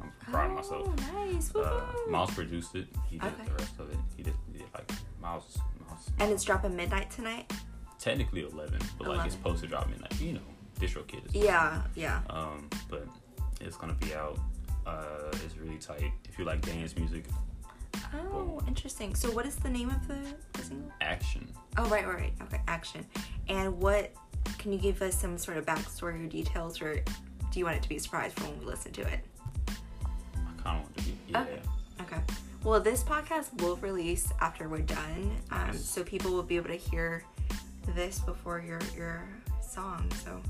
I'm proud of myself.
Oh, nice.
Uh,
Woohoo.
Miles produced it. He did
Okay.
the rest of it. He did, he did like Miles. Miles
And it's dropping midnight tonight.
technically 11, but like
11.
it's supposed to drop midnight. You know, distro kid. Is
Yeah, yeah.
um, but it's gonna be out. Uh, it's really tight. If you like dance music,
Oh, interesting. So, what is the name of the, the single?
action.
Oh, right, right, right. Okay, action. And what can you give us some sort of backstory or details, or do you want it to be a surprise for when we listen to it?
I kind of want to be. Yeah,
Okay. Okay. Well, this podcast will release after we're done, um,
Nice.
so people will be able to hear this before your your song. So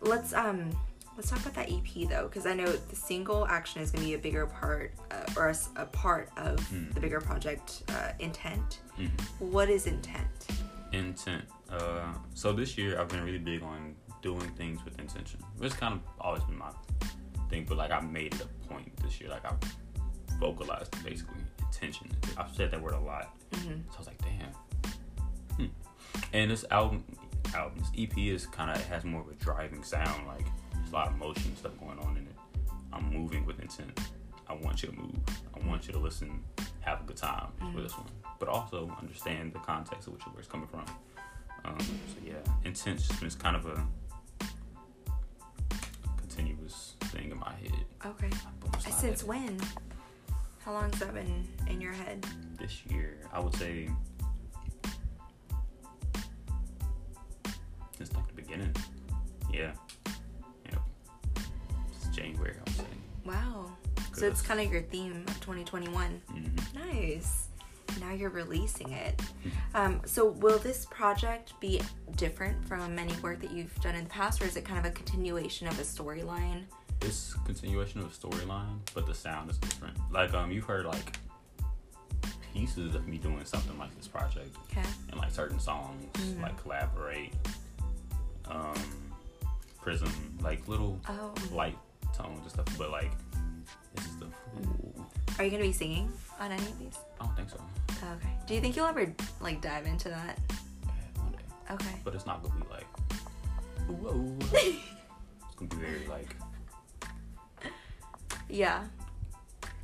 let's um let's talk about that EP though, because I know the single action is going to be a bigger part uh, or a, s- a part of the bigger project uh, intent. What is intent?
Mm-hmm. intent. Uh, so this year I've been really big on doing things with intention. It's kind of always been my thing, but like I made it a point this year. Like I vocalized basically intention. I've said that word a lot.
Mm-hmm.
So I was like, damn. Hmm. And this album, album, this EP is kind of has more of a driving sound. Like there's a lot of motion and stuff going on in it. I'm moving with intent. I want you to move. I want you to listen, have a good time with this one, but also understand the context of which where it's coming from. Um, so yeah, intent's just been kind of a continuous thing in my head.
Okay.
Boom, slide
Since
that.
when? How long's that been in your head?
this year, I would say since like the beginning. Yeah, yeah. It's January, I would say.
Wow. So
Good.
it's kind of your theme of 2021.
hmm
Nice. Now you're releasing it. Um, so will this project be different from any work that you've done in the past, or is it kind of a continuation of a storyline?
It's continuation of the storyline, but the sound is different. Like um, you've heard like pieces of me doing something like this project,
Okay.
and like certain songs, like collaborate, um, prism, like little
Oh.
light tones and stuff. But like, this is the.
Are you gonna be singing on any of these?
I don't think so.
Okay. Do you think you'll ever like dive into that?
One day.
Okay.
But it's not gonna be like, whoa. it's gonna be very like,
Yeah.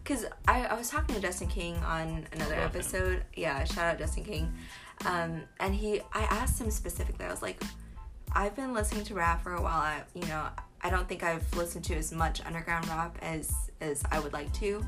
Cause I, I was talking to Justin King on another
Love him.
episode. Yeah, shout out Justin King. Um, and he I asked him specifically, I was like, I've been listening to rap for a while. I you know, I don't think I've listened to as much underground rap as as I would like to.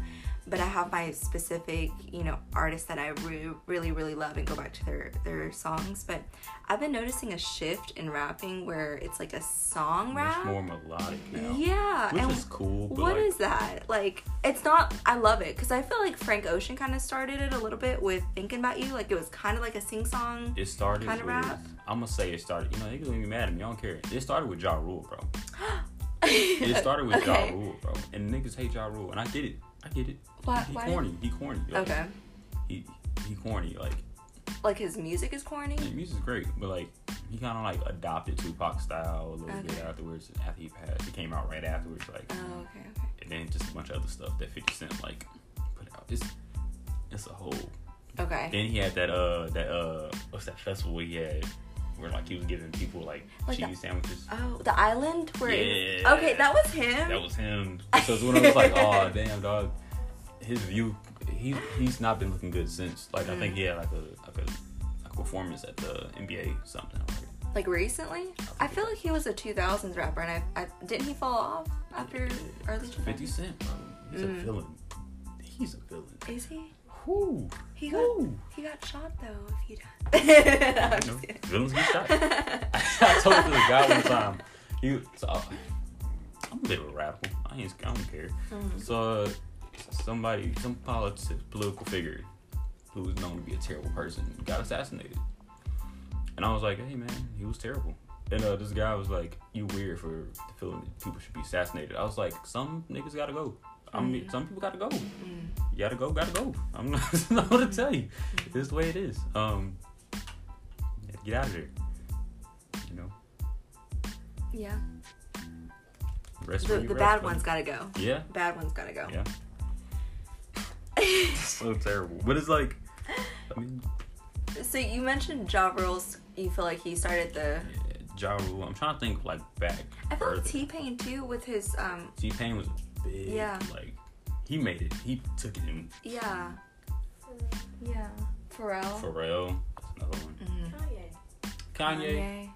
But I have my specific, you know, artists that I re- really, really love and go back to their their songs. But I've been noticing a shift in rapping where it's like a song rap.
it's more melodic now.
yeah,
Which
and
is cool, but
what
like,
is that? Like, it's not. I love it because I feel like Frank Ocean kind of started it a little bit with "Thinking About You." Like, it was kind of like a sing song.
it started
kinda
with,
rap?
I'm gonna say it started, you know, they gonna be mad at me, I don't care. It started with Ja Rule, bro. It started with
Okay.
Ja Rule, bro. And niggas hate Ja Rule, and I get it. I get it.
Why-
He
why-
corny, he corny. Like,
Okay,
He, he corny, like,
like his music is corny.
his music's great, but like, he kind of like adopted Tupac style a little bit
Okay.
afterwards. and After he passed, he came out right afterwards, like,
Oh, okay, okay.
and then just a bunch of other stuff that Fifty Cent like put out. It's it's a whole.
Okay.
Then he had that uh that uh what's that festival he had where like he was giving people like,
Like
cheese
the-
sandwiches.
Oh, the island where. It
Yeah.
was, okay, that was him.
That was him. So it's when I was like, oh damn dog, his view, he he's not been looking good since. Like I think he had like a like a, a performance at the NBA something. Like,
like recently. I feel like he was a 2000s rapper, and I, I didn't he fall off after early 2000s.
Fifty Cent, bro, he's
Mm.
a villain. He's a villain.
Is he?
Whoo.
He got
Whoo.
he got shot though. If you don't. No, I'm
You know,
just kidding.
villains get shot. I told this guy one time. He, so I, I'm a little radical. I ain't. I don't care.
Mm.
So uh, somebody, some politics, political figure who was known to be a terrible person got assassinated. And I was like, hey man, he was terrible. And uh, this guy was like, you weird for feeling that people should be assassinated. I was like, some niggas gotta go. I mean,
Mhm.
some people gotta go.
Mm.
You gotta go, gotta go. I'm not, I'm not gonna tell you. This is the way it is. Um, yeah, get out of there. You know,
Yeah.
rest
The,
where you
the
rest,
bad
buddy.
one's gotta go.
Yeah,
Bad one's gotta go.
yeah. so terrible. But it's like, I mean,
so you mentioned Ja Rule's. You feel like he started the.
yeah, Ja Rule. I'm trying to think like back.
I feel like
further.
T Pain too with his um.
T Pain was big.
Yeah.
Like he made it. He took it in.
Yeah. Yeah. Pharrell.
Pharrell, that's another one.
Mhm.
Kanye.
Mm-hmm.
Kanye.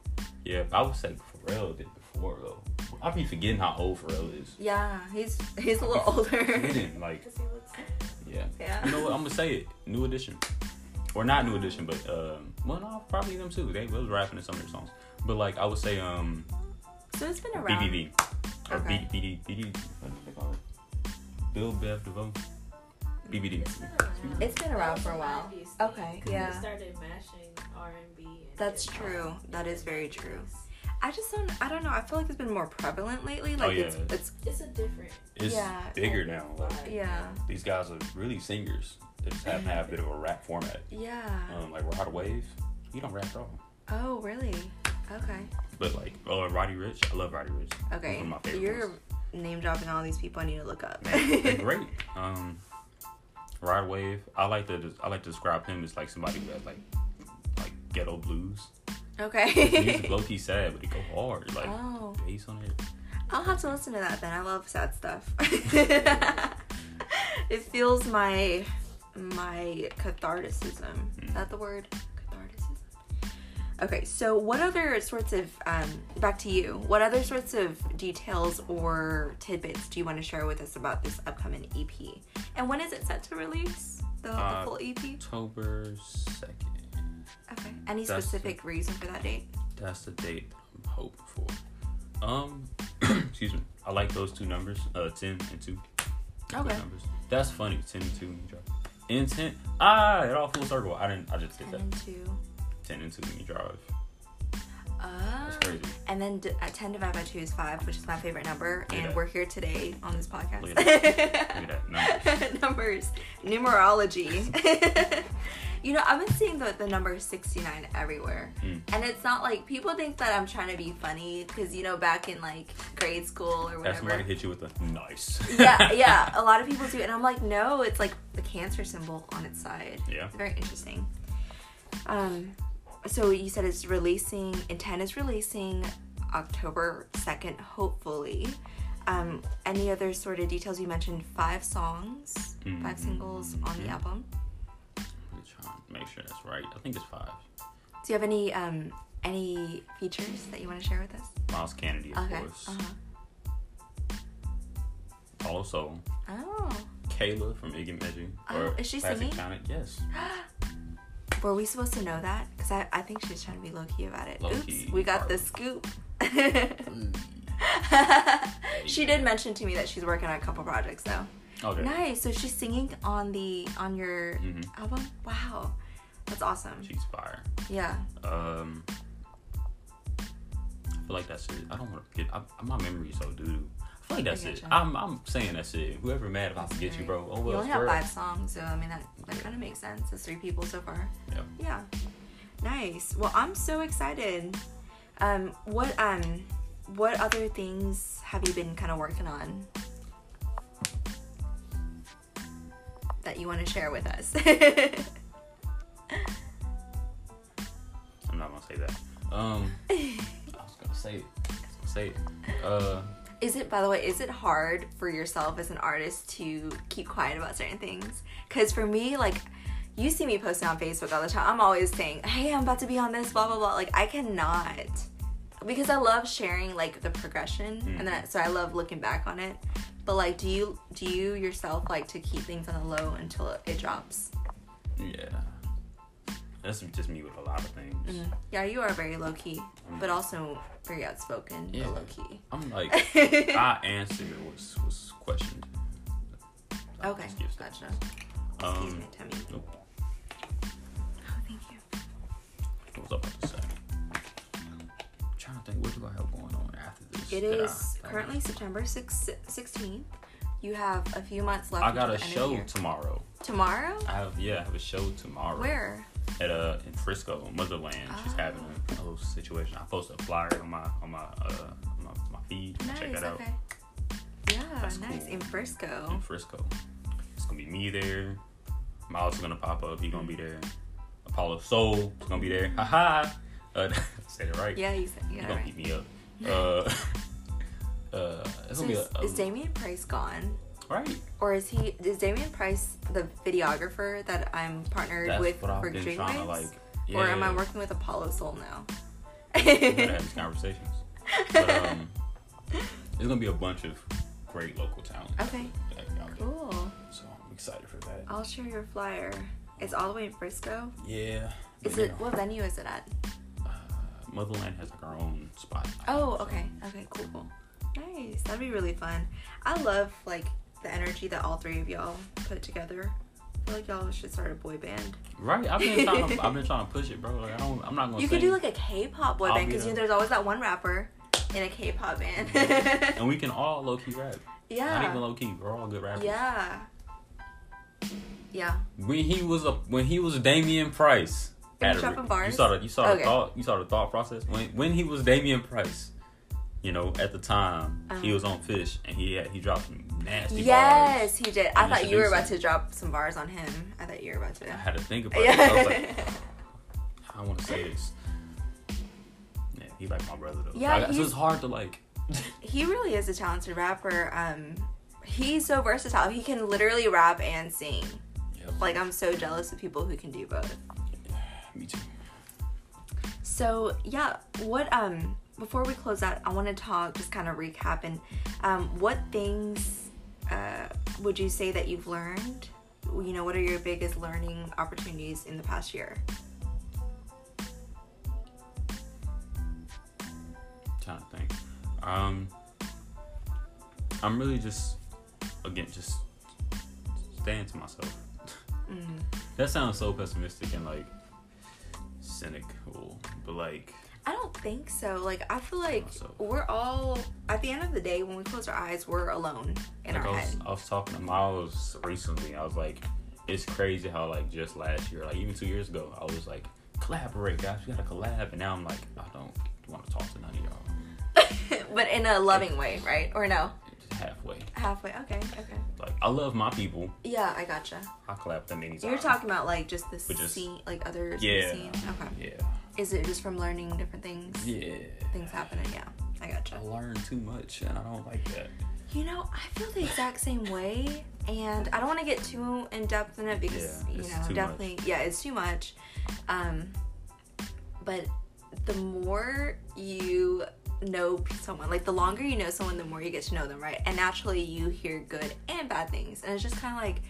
Yeah, I would say Pharrell did before though. I be forgetting how old Pharrell is.
Yeah, he's he's a little older.
Forgetting like
Because he looks
yeah.
yeah.
You know what? I'm gonna say it. New Edition, or not New Edition, but um, well, no, probably them too. They was rapping in some of their songs, but like I would say um,
So it's been around.
BDB or
Okay.
BD BD. What do they call it? Bill Bev DeVoe. BBD.
It's been around.
It's been around for a while.
90s thing,
Okay.
'cause They
Yeah.
started mashing R&B. And
That's
hip-hop.
true. That is very true. I just don't. I don't know. I feel like it's been more prevalent lately.
Oh,
Like it's
yeah.
it's
It's a different.
It's
Yeah.
bigger now. Like,
yeah
these guys are really singers. They just happen to have a bit of a rap format.
yeah.
Um, like Rod Wave, he don't rap at all.
Oh really? Okay.
But like, oh, Roddy Rich, I love Roddy Rich.
Okay.
He's one of my favorite
You're
ones.
name dropping all these people. I need to look up.
Man, they're great. Um, Rod Wave, I like to I like to describe him as like somebody who has like like ghetto blues. His music
Okay.
low key sad, but he go hard. Like
oh,
bass on it.
I'll have to listen to that then. I love sad stuff. it feels my my catharticism. Is that the word? Catharticism. Okay, so what other sorts of um, back to you? What other sorts of details or tidbits do you want to share with us about this upcoming EP? And when is it set to release? The, the
Uh,
full EP.
October second.
Okay. Any
that's the-
specific reason for that date?
That's the date I'm hoping for. Um, excuse me. I like those two numbers, uh, ten and two. Those
Okay.
Numbers. That's funny. Ten and two. when you drive. And ten. Ah, it all full circle. I didn't. I just did
Ten
that.
and two.
Ten and two when you drive.
Uh,
That's crazy.
and then d- uh, ten divided by two is five, which is my favorite number.
at
and
that.
we're here today on this podcast.
Look at Look at that number.
numbers, numerology. you know, I've been seeing the, the number 69 everywhere.
Mm.
And it's not like people think that I'm trying to be funny because, you know, back in like grade school or
Have somebody
whatever.
hit you with a nice.
yeah, yeah, a lot of people do. And I'm like, no, it's like the cancer symbol on its side.
Yeah.
It's very interesting. Um, so you said it's releasing, Intent is releasing October 2nd, hopefully. Um, any other sort of details? You mentioned five songs, five
Mhm.
singles on the album.
I'm trying to make sure that's right. I think it's five.
Do you have any um, any features that you want to share with us?
Miles Kennedy, of
Okay.
course.
Uh-huh.
Also,
Oh,
Kayla from Iggy Meji.
Oh, is she
Classic
singing?
Sonic, Yes.
were we supposed to know that? Because I, I think she's trying to be low key about it.
Low-key,
Oops, we got the
probably.
scoop.
Mm.
she did mention to me that she's working on a couple projects though.
Okay.
Nice. So she's singing on the on your
Mhm.
album. Wow, that's awesome.
She's fire.
yeah.
Um, I feel like that's it. I don't want to get I, my memory's so doo doo. I feel like that's it.
gotcha.
I'm I'm saying that's it. Whoever mad if I
That's
forget you,
great.
bro. Oh
You
well,
only
it's
have
for
five songs, so I mean that that kind of makes sense. It's three people so far.
Yeah.
Yeah. Nice. Well, I'm so excited. Um, what um, what other things have you been kind of working on that you want to share with us?
I'm not gonna say that. Um, I was gonna say it. I was gonna say it. Uh,
is it by the way? Is it hard for yourself as an artist to keep quiet about certain things? Because for me, like. You see me posting on Facebook all the time. I'm always saying, "Hey, I'm about to be on this, blah blah blah." Like I cannot, because I love sharing like the progression, and that so I love looking back on it. But like, do you do you yourself like to keep things on the low until it, it drops?
yeah. That's just me with a lot of things.
Yeah, you are very low key, but also very outspoken,
Yeah.
but low key.
I'm like, I answer what's what's questioned. I
okay,
just give stuff.
gotcha. Excuse
Um,
me, tummy.
nope.
Oh, thank you.
What was I about to say? I'm trying to think what do I have going on after this.
It
that I-
is
that I-
currently September 6, 16th. You have a few months left.
I got
until
a
the end of the
show
year.
tomorrow.
tomorrow.
I have yeah, I have a show tomorrow.
Where? Oh.
At uh in Frisco, Motherland. She's having a whole situation. I posted a flyer on my on my uh on my, my feed.
Nice.
Check that out.
okay. Yeah,
That's
nice
cool.
in Frisco.
In Frisco. It's gonna be me there. Miles is gonna pop up. He gonna be there. Apollo Soul is gonna be there. Haha. Uh, said it right.
Yeah, you said
He
yeah.
gonna
Right.
beat me up. Uh, uh, it's
So
gonna be
is,
a, a
is Damien Price gone,
right.
or is he? Is Damien Price the videographer that I'm partnered
That's
with
what I've
for
been
Dreamwaves?
trying to like. Yeah,
Or am I working with Apollo Soul now?
We gotta have these conversations. But, um, there's gonna be a bunch of great local talent.
Okay.
that y'all do.
cool.
So I'm excited for that.
I'll share your flyer. It's all the way in Frisco.
Yeah.
Is
You
it
know, uh,
what venue is it at?
Motherland has like our own spot.
Oh, okay. Okay, cool, cool. Nice. That'd be really fun. I love like the energy that all three of y'all put together. I feel like y'all should start a boy band.
Right. I've been trying. To, I've been trying to push it, bro. Like I don't. I'm not gonna.
You could
sing.
do like a K-pop boy
I'll
band
be
because you know,
the-
there's always that one rapper in a K-pop band.
And we can all low key rap. Not even
yeah.
low key. We're all good rappers.
Yeah. Yeah.
When he was a when he was Damian Price.
Are you
had a-
dropping bars?
You saw the you saw
Okay.
the thought you saw the thought process when when he was Damian Price. You know, at the time he
Uh-huh.
was on Fish and he had, he dropped some nasty bars.
Yes, he did. I
And
thought you were about
introduce
to drop some bars on him. I thought you were about
I
to.
had to think about it. I was like,
Yeah.
I want to say this. Yeah, he like my brother though.
Yeah,
Yeah, so
he's-
it's hard to like.
he really is a talented rapper. Um, he's so versatile. He can literally rap and sing. Like I'm so jealous of people who can do both.
me too.
So yeah, what um before we close out, I want to talk just kind of recap and um, what things uh, would you say that you've learned? You know, what are your biggest learning opportunities in the past year?
trying to think. Um, I'm really just again just staying to myself.
Mm.
that sounds so pessimistic and like cynical, but like
I don't think so. Like I feel like
Myself.
we're all at the end of the day when we close our eyes, we're alone in
like I
our
was,
head.
I was talking to Miles recently. I was like, it's crazy how like just last year, like even two years ago, I was like, collaborate, guys, we gotta collab, and now I'm like, I don't want to talk to none of y'all.
but in a loving way, right? Or no?
Just halfway.
Halfway. Okay. Okay.
Like I love my people.
Yeah, I gotcha.
I collab them anytime.
You're talking about like just the
But just-
scene, like other
Yeah.
scene. Okay.
Yeah.
Is it just from learning different things?
Yeah.
Things happening. Yeah, I gotcha.
I learn too much and I don't like that.
You know, I feel the exact same way, and I don't want to get too in depth in it because
Yeah,
you
it's
know,
too
definitely, yeah, it's too much. Um, but the more you know someone, like the longer you know someone, the more you get to know them, right? And naturally, you hear good and bad things, and it's just kind of like,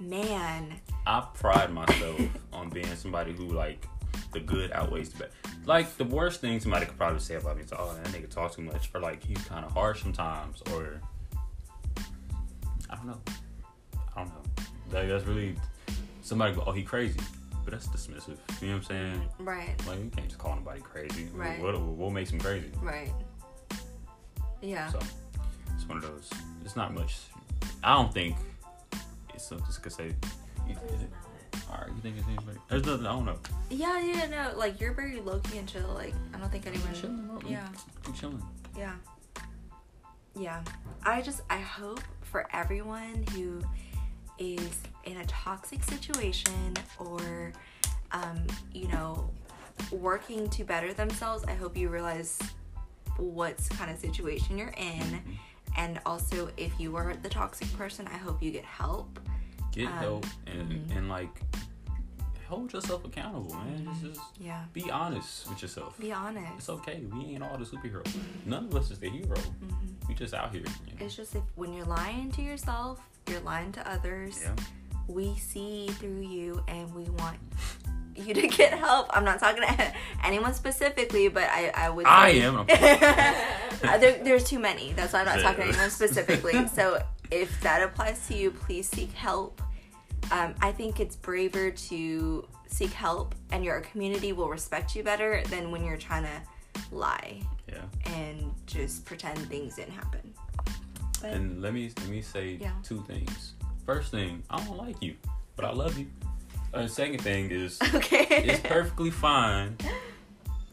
man,
I pride myself on being somebody who like the good outweighs the bad. Like the worst thing somebody could probably say about me is, "Oh, that nigga talk too much," or like he's kind of harsh sometimes, or I don't know. I don't know. Like that's really somebody. go, Oh, he crazy, but that's dismissive. You know what I'm saying?
right,
Like you can't just call anybody crazy.
Right.
What, what, what makes him crazy?
right, yeah,
So it's one of those. It's not much. I don't think it's something to say.
It's not.
Alright, you think it's anybody? There's nothing. I don't know.
Yeah, yeah, no. Like you're very low key and chill. Like I don't think anyone.
chilling, bro.
Yeah,
I'm chilling.
yeah, yeah. I just I hope for everyone who is in a toxic situation or, um, you know, working to better themselves. I hope you realize what kind of situation you're in, and also if you are the toxic person, I hope you get help.
Get
Um,
help and
mhm.
and like hold yourself accountable, man. Just, just
Yeah.
be honest with yourself.
Be honest.
It's okay. We ain't all the superheroes. None of us is the hero.
hmm
We just out here. you know?
It's just if when you're lying to yourself, you're lying to others.
Yeah.
We see through you, and we want you to get help. I'm not talking to anyone specifically, but I, I would.
I
say-
am.
Uh, there, there's too many. That's why I'm not talking to
Yeah.
anyone specifically. so if that applies to you, please seek help. Um, I think it's braver to seek help, and your community will respect you better than when you're trying to lie
Yeah.
and just pretend things didn't happen. But,
And let me let me say
Yeah.
two things. First thing, I don't like you, but I love you. Uh, second thing is
okay.
it's perfectly fine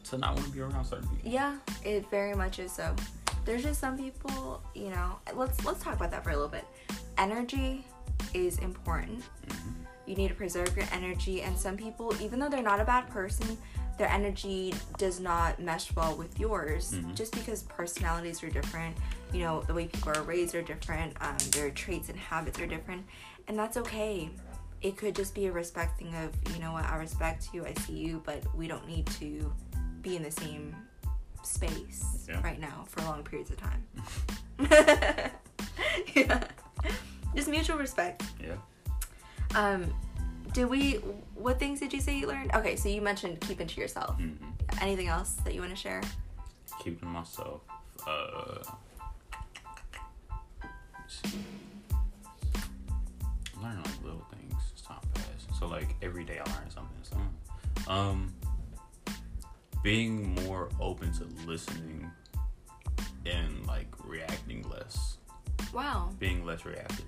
to not want to be around certain people.
Yeah, it very much is so. There's just some people, you know. Let's let's talk about that for a little bit. Energy is important. You need to preserve your energy, and some people, even though they're not a bad person, their energy does not mesh well with yours, just because personalities are different. You know, the way people are raised are different. Um, their traits and habits are different, and that's okay. It could just be a respect thing of, you know what, I respect you, I see you, but we don't need to be in the same space
Yeah.
right now for long periods of time.
Mm-hmm.
yeah. Just mutual respect.
Yeah.
Um, did we? What things did you say you learned? Okay, so you mentioned keeping to yourself.
hmm
Anything else that you want to share?
Keeping myself. Uh, let's see. I'm learning like little things as time passes. So like every day I learn something. So, um, being more open to listening and like reacting less,
Wow,
being less reactive,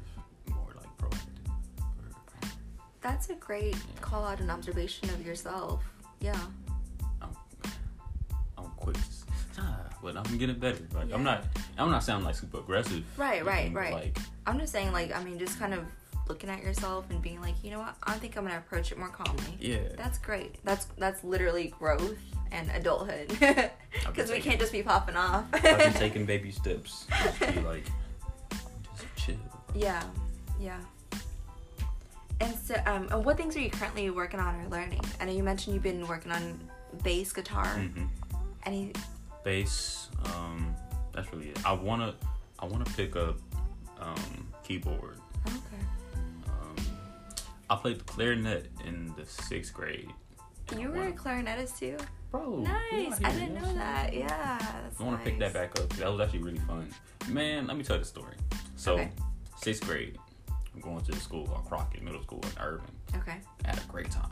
more like proactive. Or-
that's a great call out and observation of yourself. Yeah.
I'm, I'm quick. Ah, but I'm getting better. Like
Yeah.
I'm not. I'm not sounding like super aggressive.
Right, right,
Mm,
right.
Like
I'm just saying, like, I mean, just kind of looking at yourself and being like, you know what? I think I'm gonna approach it more calmly.
yeah.
That's great. That's that's literally growth and adulthood. Because we
taking-
can't just be popping off.
I've been taking baby steps. Just be like, just chill.
yeah, yeah. And so, um, and what things are you currently working on or learning? I know you mentioned you've been working on bass guitar.
hmm
Any?
Bass. Um, that's really it. I wanna. I wanna pick up um, keyboard.
Okay.
Um, I played the clarinet in the sixth grade. and I
You were
wanna-
a clarinetist too.
bro. we out
Nice.
here,
I
you
didn't know
what I'm
that.
saying?
Yeah. that's
Oh, I want to pick
nice.
that back up. That was actually really fun. Man, let me tell you the story. So,
Okay.
sixth grade, I'm going to the school called Crockett Middle School in Irving.
Okay.
I had a great time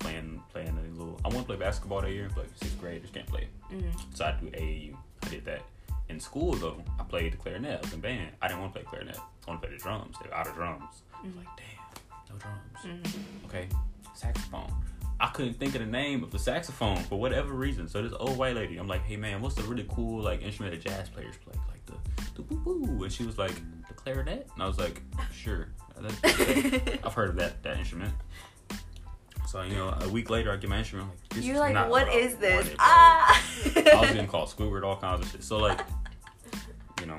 playing, playing a little. I want to play basketball that year, but sixth grade, just can't play.
Mm.
So I do AAU. I did that. In school though, I played the clarinet. I was in band. I didn't want to play clarinet. I want to play the drums. They were out of drums. I was like, damn, no drums
Mhm.
okay, saxophone. I couldn't think of the name of the saxophone for whatever reason. So this old white lady, I'm like, hey man, what's the really cool like instrument that jazz players play, like the the woo woo? And she was like, the clarinet, and I was like, sure, That- I've heard of that that instrument. So you know, a week later, I get my instrument. I'm like, this
You're
is
like,
not
what
I
is this?
wanted, bro."
Ah.
I was getting called Squidward, all kinds of shit. So like, you know,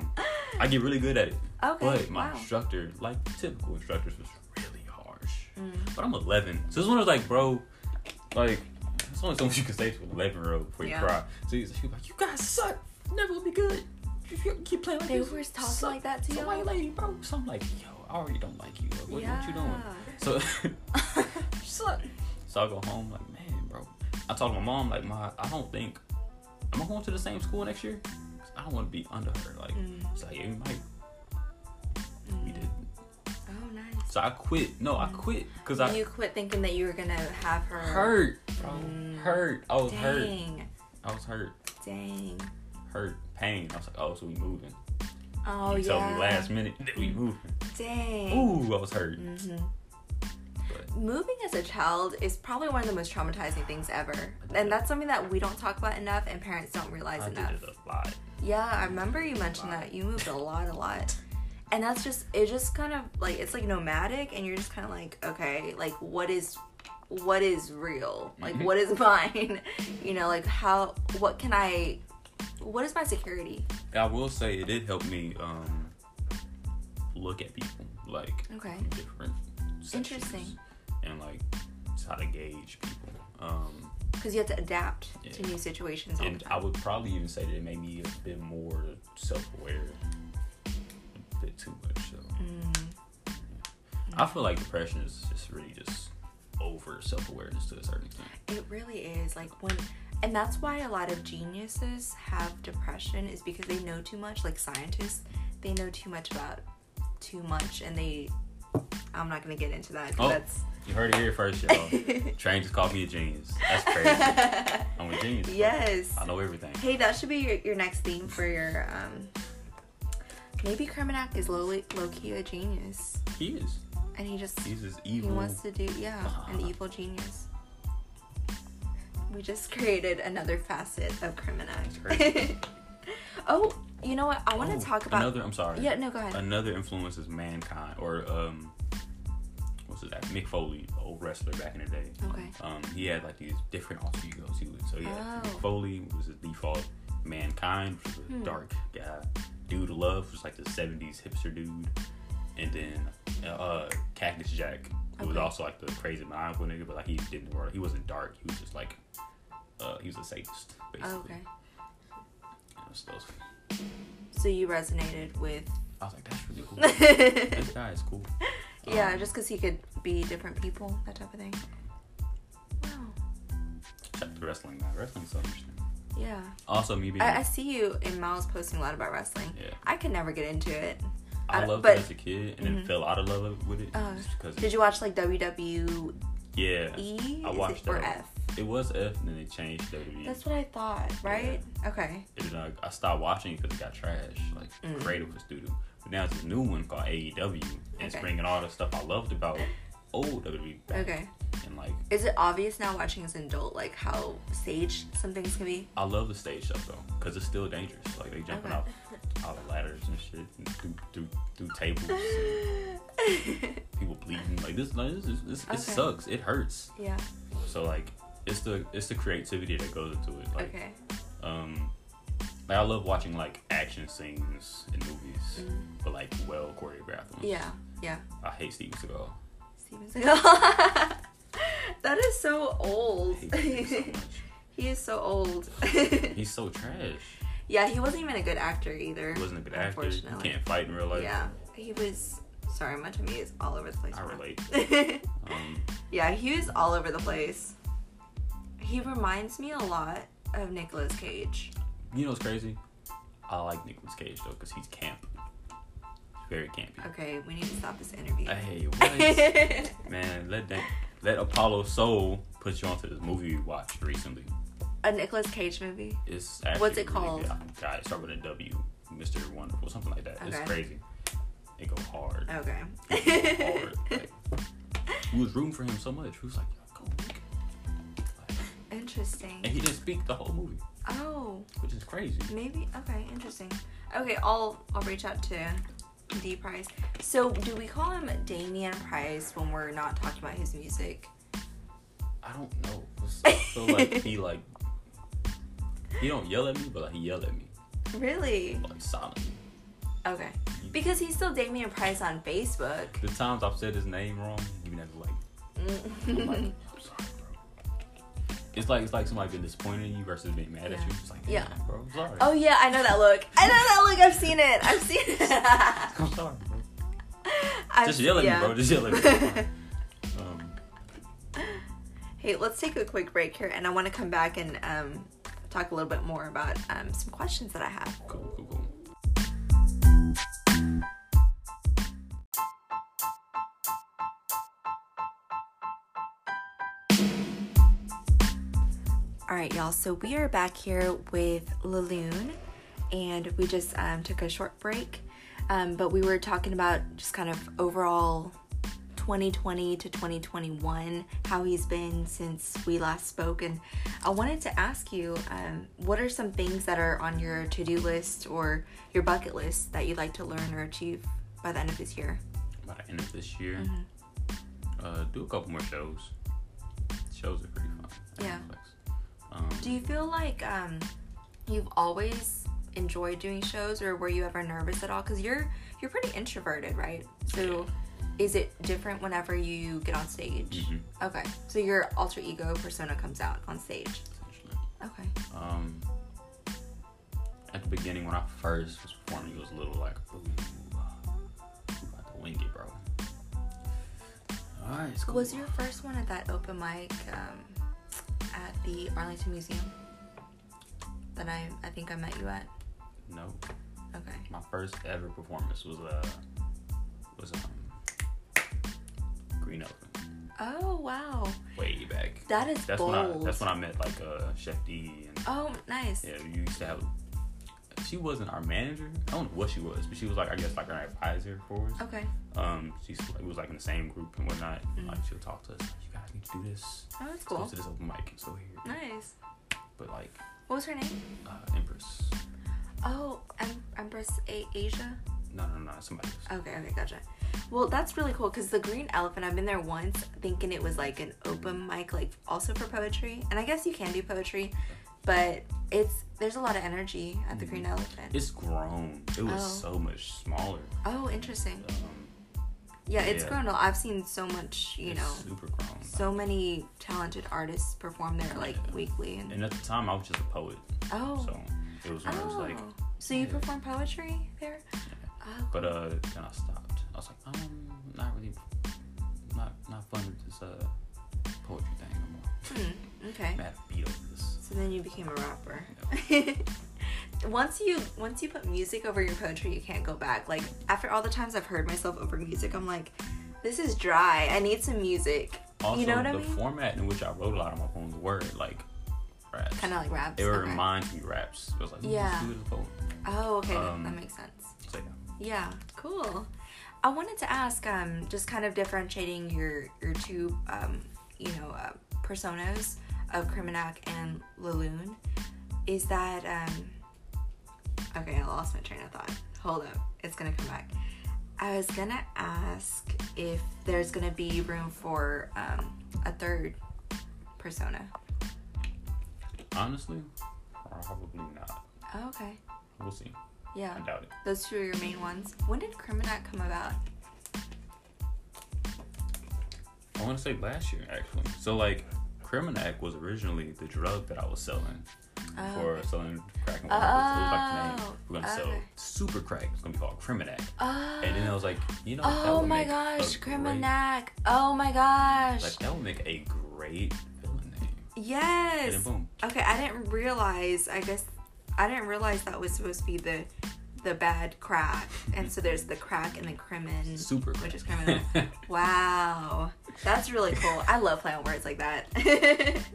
I get really good at it.
Okay,
But my
wow.
instructor, like typical instructors, was really harsh.
Mm.
But I'm 11. So this one was like, bro, like, there's only so much you can say to an 11 year old before you
Yeah.
cry. So he's she was like, you guys suck. Never will be good. If you keep playing like
They
this,
were
you
talking
suck.
like that to
So
y'all?
why you lady, bro? So I'm like, yo, I already don't like you. Like, what, what you doing?
Yeah.
So suck. So I go home like, man, bro. I told my mom like, my I don't think am I going to the same school next year? 'Cause I don't want to be under her. Like,
Mm.
she's like, yeah, you might. We
Mm.
did.
Oh, nice.
So I quit. No, I quit because I
Mm. you quit thinking that you were gonna have her.
hurt, bro.
Mm.
Hurt. I was hurt.
Dang.
I was hurt.
Dang.
Hurt. Pain. I was like, oh, so we moving.
Oh
you
yeah.
told me last minute that we moving.
Dang.
Ooh, I was hurt.
Mhm.
But
moving as a child is probably one of the most traumatizing things ever. And that's something that we don't talk about enough and parents don't realize
I did
enough.
it a lot.
Yeah, I remember you mentioned that you moved a lot, a lot. And that's just it just kind of like it's like nomadic and you're just kind of like, okay, like what is what is real? Like
Mhm.
what is mine? you know, like how what can I what is my security?
I will say it did help me um, look at people like
Okay.
from different. Sections
Interesting.
And like just how to gauge people. Um,
Cuz you have to adapt to
Yeah.
new situations all the
and I
time.
would probably even say that it made me a bit more self-aware, a bit too much. So
Mm.
I feel like depression is just really just over self-awareness to a certain extent.
It really is like when, and that's why a lot of geniuses have depression is because they know too much. Like scientists, they know too much about too much, and they. I'm not gonna get into that. 'cause
Oh.
That's
You heard it here first, y'all. Train just called me a genius. That's crazy. I'm a genius. bro.
yes.
I know everything.
Hey, that should be your, your next theme for your um. Maybe Kermanak is low low key a genius,
He is.
and he just
He's just
he
evil. Ah.
wants to do yeah an evil genius. We just created another facet of Kermanak.
crazy.
oh, you know what? I want to
Oh,
talk about
another. I'm sorry.
Yeah, no, go ahead.
Another influence is mankind, or um, what's his that? Mick Foley, old wrestler back in the day.
okay.
Um, he had like these different alter egos he would. So yeah,
Oh.
Mick Foley was his default. Mankind which was a
Hmm.
dark guy. Dude Love was like the '70s hipster dude, and then uh, uh Cactus Jack, who was
Okay.
also like the crazy maniacal nigga, but like he didn't work. He wasn't dark. He was just like, uh, he was a sadist basically.
Oh, okay.
And it's those-
So you resonated with
I was like, that's really cool.
Yeah,
this guy is cool. Um,
just cuz he could be different people, that type of thing. Wow.
check the wrestling guy. Wrestling's so interesting.
Yeah.
Also, me being
I, I see you and Miles posting a lot about wrestling.
yeah,
I could never get into it.
I
I-
loved
but-
it as a kid, and then
Mhm.
fell out of love with it
Oh,
just because.
Did you watch like WWE?
yeah,
Is
I
it-
watched
or
that.
F?
it was F, and then it changed WWE.
That's what I thought, right? Okay.
and then I, I stopped watching it because it got trash. Like
Mm.
Creative was doo But now it's a new one called AEW, and it's
Okay.
bringing all the stuff I loved about old WWE back.
Okay.
And like,
Is it obvious now watching as an adult like how staged some things can be?
I love the stage stuff though, because it's still dangerous. Like they jumping
Okay.
off out of ladders and shit, and through through, through tables. and- people bleeding. Like this, like, this, is- this,
Okay.
it sucks. It hurts.
yeah.
So like, it's the it's the creativity that goes into it. Like,
Okay.
um, like I love watching like action scenes in movies, but like well choreographed ones.
Yeah. Yeah.
I hate Steven Seagal.
Steven Seagal. that is so
I
old.
hate him so
he
much.
is so old.
He's so trash.
yeah, he wasn't even a good actor either.
He wasn't a good actor. He
Unfortunately.
can't fight in real life.
yeah, he was. Sorry, my tummy is all over the place.
I
right now.
relate. Um,
yeah, he was all over the place. He reminds me a lot of Nicolas Cage.
you know what's crazy? I like Nicolas Cage though, cause he's camp. Very campy.
Okay, we need to stop this interview.
Hey, what? Man, let that, let Apollo Soul put you onto this movie you watched recently.
a Nicolas Cage movie.
It's actually
What's it
really
called?
Good. I forgot. It started with a W, Mister Wonderful, something like that.
Okay. Oh.
It's crazy. It go hard. It go
Okay.
hard. Like, we was rooting for him so much. We was like, go. Nick." Like,
Interesting.
and he didn't speak the whole movie,
Oh.
which is crazy.
Maybe okay, interesting. Okay, I'll I'll reach out to D Price. So do we call him Damian Price when we're not talking about his music?
I don't know. It's- I feel like he like he don't yell at me, but like he yell at me
Really?
like silently.
Okay. Because he's still Damian Price on Facebook.
The times I've said his name wrong, even as like I'm like,
Mm.
I'm sorry, bro. It's like it's like somebody been disappointed in you versus being mad at
Yeah.
you. It's like,
Yeah.
yeah, bro, I'm sorry.
oh yeah, I know that look. I know that look. I've seen it. I've seen it.
I'm sorry, bro.
I've,
Just yell at
yeah.
me, bro. Just yell at me. um,
Hey, let's take a quick break here, and I want to come back and um, talk a little bit more about um, some questions that I have.
cool, cool, cool.
All right, y'all. So we are back here with Laloon, and we just um, took a short break, um, but we were talking about just kind of overall 2020 to 2021, how he's been since we last spoke. And I wanted to ask you um, what are some things that are on your to do list or your bucket list that you'd like to learn or achieve by the end of this year?
by the end of this year.
Mm-hmm.
Uh, do a couple more shows. Shows are pretty fun. at
Yeah.
Netflix. Um,
Do you feel like um, you've always enjoyed doing shows, or were you ever nervous at all? Because you're you're pretty introverted, right? So, is it different whenever you get on stage?
Mhm,
Okay, so your alter ego persona comes out on stage.
essentially.
Okay.
Um, at the beginning when I first was performing, it was a little like, ooh, we about to wing it, bro. All right, it's cool.
Was your first one at that open mic um, at the Arlington Museum that I I think I met you at?
no?
Okay.
My first ever performance was uh was um Green Elephant.
Oh wow,
Way back.
that is
That's
bold.
when I that's when I met like uh Chef D and
oh nice.
yeah, we used to have she wasn't our manager. I don't know what she was, but she was like I guess like our advisor for us.
Okay.
Um she's we was like in the same group and whatnot.
Mhm.
Like she'll talk to us, like, you guys need to do this.
Oh, that's
Let's go
cool.
to this open mic and so here.
Nice.
But like
What was her name?
uh Empress.
Oh, Em- Empress A- Asia.
No no no somebody else.
Okay, okay, gotcha. Well, that's really cool because the Green Elephant. I've been there once, thinking it was like an open mic, like also for poetry. And I guess you can do poetry, but it's there's a lot of energy at the Green Elephant.
Mm-hmm. It's grown. It was
Oh.
so much smaller.
oh, interesting.
Um,
Yeah, it's
yeah.
grown. a- I've seen so much, you
it's
know,
super grown.
so many talented artists perform there like
Yeah.
weekly. And,
And at the time, I was just a poet,
oh,
so it was when I was
oh,
like,
so you
yeah.
perform poetry there? Oh,
but uh, then I stopped. I was like, um, not really, not not fun with this uh poetry thing no more.
hmm, okay.
I'm gonna have to beat over this.
So then you became a rapper. once you once you put music over your poetry, you can't go back. Like after all the times I've heard myself over music, I'm like, this is dry. I need some music.
Also,
you know what
the
I mean?
format in which I wrote a lot of my poems were like raps.
kind of like raps.
They were
okay.
reminds me raps. It was like, yeah,
Yeah.
just do it as a poem.
Oh, okay, that-
um,
that makes sense.
So yeah.
Yeah, cool. I wanted to ask, um, just kind of differentiating your your two, um, you know, uh, personas of Krimenak and Laloon, is that um, okay? I lost my train of thought. Hold up, it's gonna come back. I was gonna ask if there's gonna be room for um, a third persona.
Honestly, probably not.
Oh, okay.
We'll see. I
Yeah,
doubt it.
those two are your main ones. When did Krimenak come about?
I want to say last year actually. So like, Criminac was originally the drug that I was selling
Oh,
for
okay.
selling crack and whatever. So it was like, man,
Oh,
we're gonna sell
okay.
super crack. It's gonna be called Criminac.
Oh.
And then I was like, you know, that
Oh
would
my
make a
gosh,
great-
Criminac. Oh my gosh.
Like that would make a great villain name. And
yes.
then boom.
Okay, I didn't realize. I guess I didn't realize that was supposed to be the the bad crack. And so there's the crack and the crimin,
Super
which is
crack.
criminal. wow. That's really cool. I love playing words like that.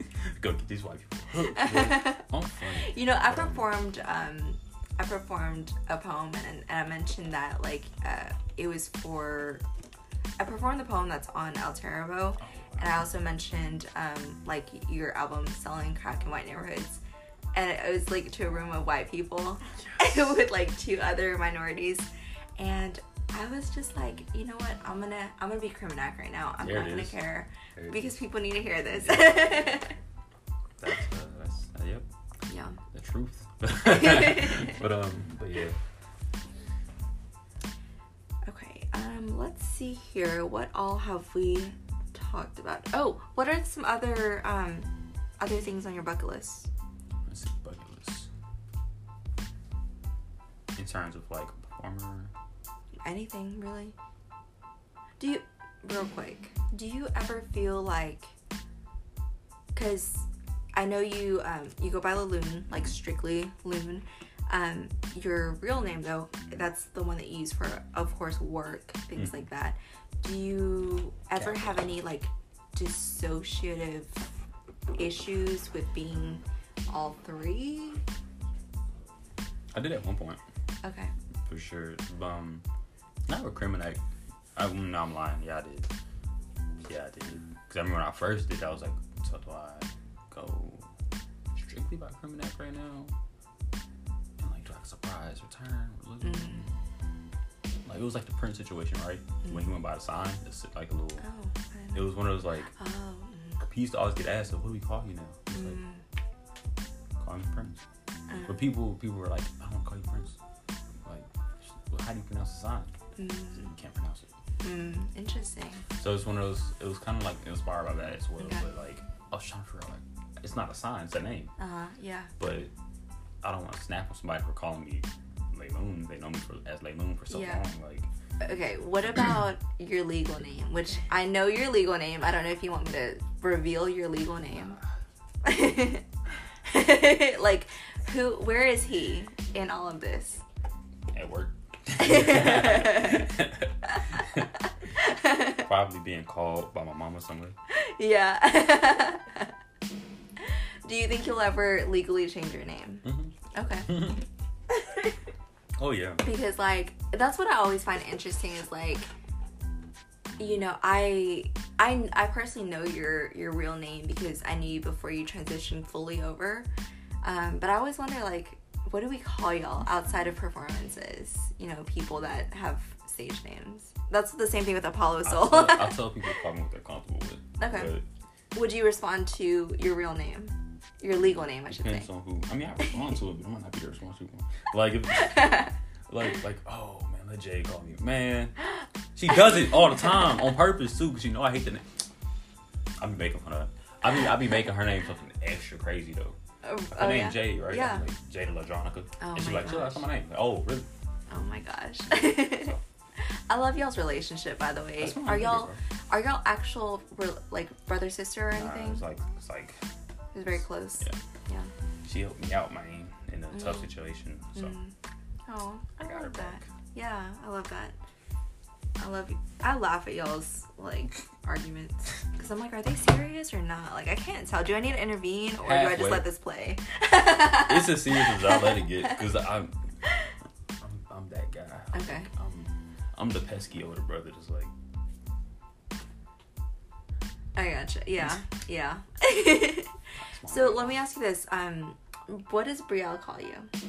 Go get these white people. hooked, boy. I'm funny.
You know, I performed um I performed a poem and, and I mentioned that like uh it was for I performed the poem that's on El Terrible
Oh,
and I also mentioned um like your album selling crack in white neighborhoods and it was like to a room of white people with like two other minorities and I was just like, you know what? I'm gonna I'm gonna be Criminac right now. I'm
There
not
it
gonna
is.
care
There it
because
is.
people need to hear this.
that's, uh, that's uh, yep,
yeah.
the truth. but um, but yeah,
Okay, um, let's see here. What all have we talked about? Oh, what are some other um, other things on your bucket list?
let's see, bucket list. In terms of like performer,
Anything really? Do you real quick? Do you ever feel like? Cause I know you um, you go by Laloon, like strictly Loon. Um, your real name though, that's the one that you use for, of course, work things
Mm.
like that. Do you ever
Yeah.
have any like dissociative issues with being all three?
I did at one point.
Okay.
for sure. Um, not with Criminac. I, no, I'm lying. Yeah, I did. Yeah, I did. Because I remember when I first did, I was like, so do I go strictly by Criminac right now? And like, do I surprise, return, religion?
Mm-hmm.
Like, it was like the Prince situation, right? When he went by the sign, it's like a little,
Oh, I
it
know.
was one of those like,
Oh, mm,
he used to always get asked, so what do we call you now? It's like,
mm,
call me Prince.
uh,
But people, people were like, I don't want to call you Prince. Like, well, how do you pronounce the sign?
mm,
You can't pronounce it.
mm, interesting.
So it's one of those. It was kind of like inspired by that as well.
Okay.
But like, I was trying to figure out like, it's not a sign, it's a name.
Uh huh. Yeah.
But I don't want to snap on somebody for calling me Layloon. They know me for, as Layloon for so
Yeah.
long. Like,
Okay. What about your legal name? Which I know your legal name. I don't know if you want me to reveal your legal name. like, who? Where is he in all of this?
at work. Probably being called by my mama somewhere.
yeah. Do you think you'll ever legally change your name? Okay.
oh yeah.
because like that's what I always find interesting is like you know I I I personally know your your real name because I knew you before you transitioned fully over um, but I always wonder like what do we call y'all outside of performances you know people that have stage names that's the same thing with Apollo
I tell,
Soul
I tell people to call me what they're comfortable with.
Okay.
But
would you respond to your real name your legal name I should say
Depends on who. I mean, I respond to it, but I might not be the responsible one. Like, if, like, like, oh man, let Jay call me. Man, she does it all the time on purpose too, because you know I hate the name. I be making fun of. her. I mean, I be making her name something extra crazy though.
oh,
Her
oh,
name
yeah.
Jay, right?
Yeah.
I'm Like, Jada LaJonica.
Oh,
and she's
my
like, chill,
gosh.
that's not my name. Like, oh, really?
Oh my gosh. I love y'all's relationship, by the way.
That's what
Are
I'm
y'all
thinking,
are y'all actual re- like brother sister or
Nah,
anything?
it's like, it's like
it's very close.
Yeah.
Yeah.
she helped me out, man, in a tough
Mm.
situation. So
Mm. Oh, I,
I got her
love that.
back.
Yeah, I love that. I love. I laugh at y'all's like arguments because I'm like, are they serious or not? Like, I can't tell. Do I need to intervene or do I
Halfway.
just let this play?
It's as serious as I let it get, cause I'm, I'm, I'm that guy.
Okay.
I'm, I'm the pesky older brother, just like
I gotcha. Yeah. Yeah.
small.
so let me ask you this. Um, what does Brielle call you?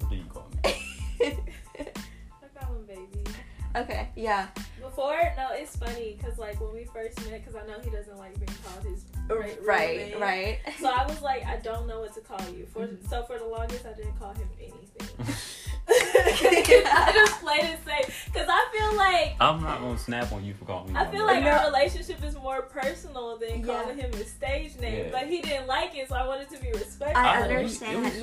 What do you call me?
I call him baby.
okay. Yeah.
Before, no, it's funny because like when we first met, because I know he doesn't like being called his re- real
Right.
name.
Right.
So I was like, I don't know what to call you. For
Mhm.
so for the longest, I didn't call him anything.
Yeah.
I just played it safe because I feel like
I'm not gonna snap on you for calling me.
I
my
feel
name.
like our relationship is more personal than
Yeah.
calling him his stage name.
Yeah.
But he didn't like it, so I wanted to be respectful.
I
Oh, you-
understand.
you-
yes,
you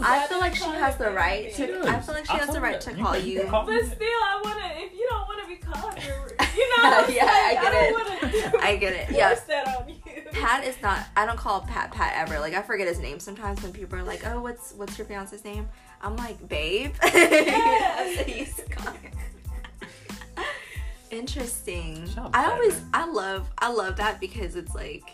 know,
I
so
feel
I
like she
didn't call
has
you
the right
anything.
to. I feel like she
I
has the
told
right
you
to
that.
call
can-
you.
can call me
But
that.
still, I want to. If you don't want to be called, your, you know. What I'm
Yeah,
saying?
I get
don't
it.
Wanna do,
I get it.
force
Yeah.
that on you.
Pat is not. I don't call Pat Pat ever. Like I forget his name sometimes when people are like, "Oh, what's what's your fiance's name?" I'm like, "Babe."
Yeah.
So you just call her. Interesting.
Shout out
I
Pat,
always.
man.
I love. I love that because it's like.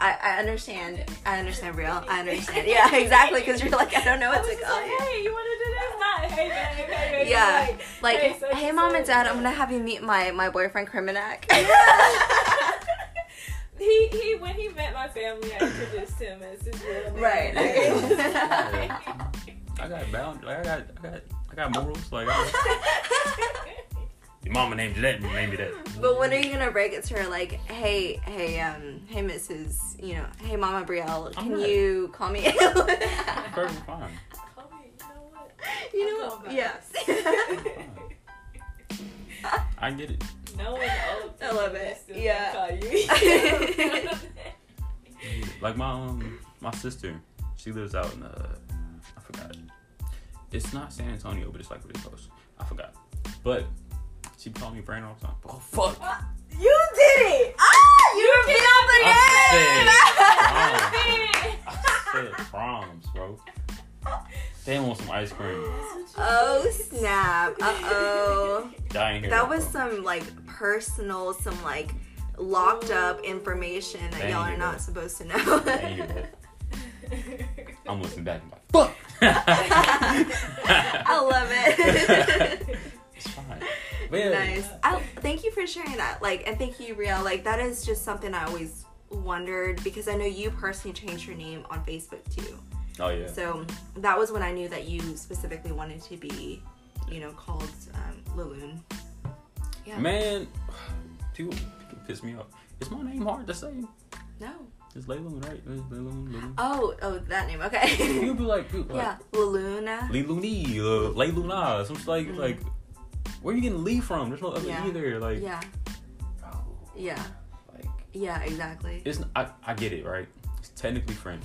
I, I understand. I understand, Brielle. I understand. Yeah, exactly. Because you're like, I don't know
I
what
was
to
just
call
like,
you.
hey, you want to do this? Not hey, babe, hey, babe. It's
Yeah. Like, hey,
Hey, so she
mom and
said-
dad, I'm gonna have you meet my my boyfriend Kriminac.
he he. When he met my family, I introduced him as his real name.
Right.
Like,
I got bound. Like, I got. I got. I got morals. Like I- your mama named you that. You named me that.
but when are you gonna break it to her? Like, hey, hey, um, hey, Mrs. You know, hey, Mama Brielle,
I'm
can
not-
you call me?
Perfectly fine.
Oh, you know what?
you
I'll
know,
call back.
yes.
I get it.
No one old.
I love
people
it.
still
Yeah.
Call you.
Like my um my sister, she lives out in uh I forgot. It's not San Antonio, but it's like really close. I forgot. But she be calling me Brandon all the time. Oh fuck.
you did it.
ah, you repeat off the name.
I
That's
said, I said proms, bro. They want some ice cream.
what you
Oh
did.
snap! Uh oh.
Dying here.
That was some like personal, some like locked up information that
Dang,
y'all are
you
not
did.
supposed to know.
Dang, you did. I'm listening back. and I'm like, fuck.
I love it.
it's fine. But yeah,
nice. I, thank you for sharing that. Like, and thank you, Riel. Like, that is just something I always wondered because I know you personally changed your name on Facebook too.
Oh yeah.
So that was when I knew that you specifically wanted to be, you know, called um, Laloon. Yeah.
Man, people, people piss me off. Is my name hard to say?
No.
It's Layloon, right? It's Layloon, Layloon.
Oh, oh, that name.
You'll
Okay.
be like, dude, like
yeah, Laluna.
Leiluni, uh, Leiluna, some shit like
Mhm.
like. Where you getting Lee from? There's no other
Yeah.
either. Like,
Yeah,
bro,
yeah,
like
yeah, exactly.
it's I, I get it right. It's technically French.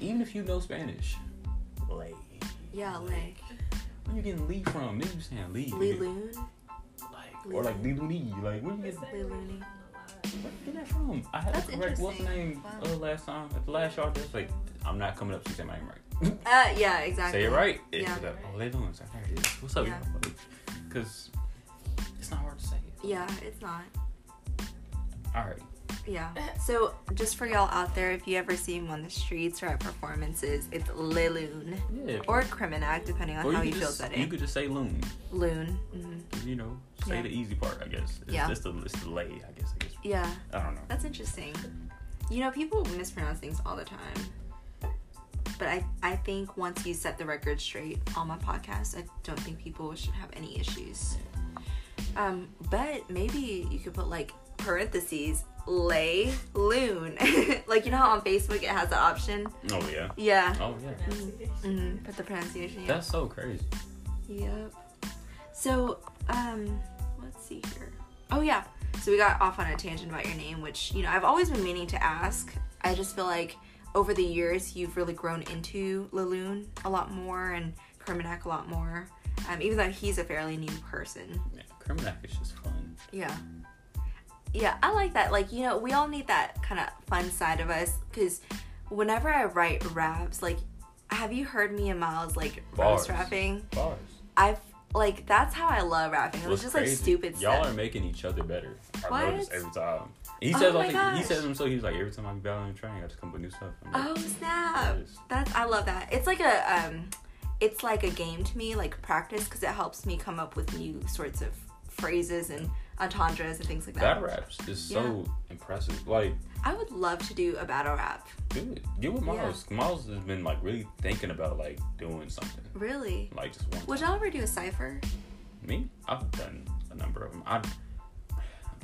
Even if you know Spanish, Lay.
Yeah, like
Where you getting Lee from? Niggas be saying Lee.
Liloon.
Like, or like Leiluni. Like, where you
It's
getting
like,
Lulu.
really not a lot.
Where you get that from? I had
That's
to correct what's the name
interesting.
uh, last time at the last yard. That's like I'm not coming up to say my name right.
Uh, yeah, exactly.
Say it right. It's
Yeah.
yeah. like, oh, they doing it. There it is. What's up,
Yeah.
y'all? Because it's not hard to say it.
Yeah, it's not.
All right.
Yeah. So just for y'all out there, if you ever see him on the streets or at performances, it's Liloon
Yeah.
or Criminac, depending on
Or
how
could
he feels
just,
that
You
day.
could just say loon.
Loon. hmm
You know, say
Yeah.
the easy part. I guess. It's
Yeah.
Just the it's the lay. I guess. I guess.
Yeah,
I don't know.
that's interesting. You know, people mispronounce things all the time. But I, I think once you set the record straight on my podcast, I don't think people should have any issues. Um, but maybe you could put like parentheses, lay, loon. like, you know how on Facebook it has the option?
Oh yeah.
Yeah.
Oh yeah.
Pronunciation.
hmm Put the pronunciation. Yeah.
That's so crazy.
Yep. So, um, let's see here. Oh yeah. So we got off on a tangent about your name, which you know I've always been meaning to ask. I just feel like over the years you've really grown into Laloon a lot more and Kermanak a lot more. Um, even though he's a fairly new person.
Yeah, Kermanak is just fun.
Yeah. Yeah, I like that. Like, you know, we all need that kind of fun side of us because whenever I write raps, like, have you heard me and Miles like roast
Bars.
rapping?
Bars.
I've like that's how I love rapping. It was
What's
just
crazy,
like stupid
Y'all
stuff.
are making each other better. I
What?
notice every time. He
Oh
says,
my
I think, he
gosh.
says himself, he's like, every time I be battling and training, I just come up with new stuff. I'm like,
oh snap!
Yes.
That's I love that. It's like a um, it's like a game to me, like practice, because it helps me come up with new sorts of phrases and entendres and things like that.
That raps is so impressive. Like,
I would love to do a battle rap.
do it. Get with Miles. Miles has been like really thinking about like doing something.
Really?
Like just one.
Would
time.
y'all ever do a cipher?
Me? I've done a number of them. I, I'm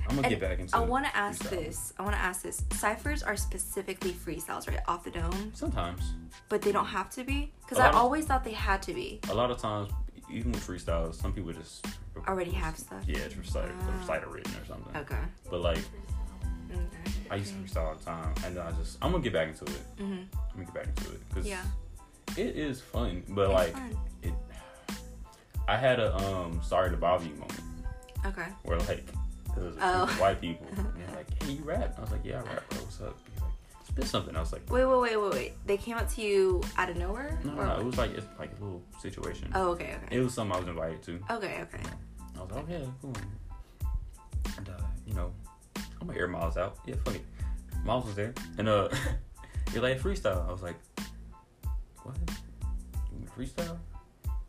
gonna
And
get back into.
I want to ask
freestyle.
this. I want to ask this. Ciphers are specifically freestyles, right, off the dome,
Sometimes,
but they don't have to be. Because
A
I
lot of-
always thought they had to be.
a lot of times, even with freestyles, some people just
Already have stuff. Oh.
Yeah, it's recited,
Ah.
recited written or something.
Okay.
But like,
Okay.
I used to freestyle all the time, and then I just I'm gonna get back into it.
Mm-hmm.
I'm gonna get back into it because
Yeah.
it is fun. But like, it. I had a um sorry to bother you moment.
Okay.
where like it was a
Oh.
group of white people and they're like, "Hey, you rap?" I was like, "Yeah, I rap, bro. What's up?" He's like, "Spit something." I was like,
Wait, wait, wait, wait, wait. They came up to you out of nowhere?
"No, no,
Or-
no. It was like it's like a little situation.
Oh, okay, okay.
It was something I was invited to.
Okay, okay.
I was like, "Okay, cool." And uh, you know, I'm gonna air Miles out. Yeah, fuck it. Miles was there, and uh, he like freestyle. I was like, "What? You wanna freestyle?"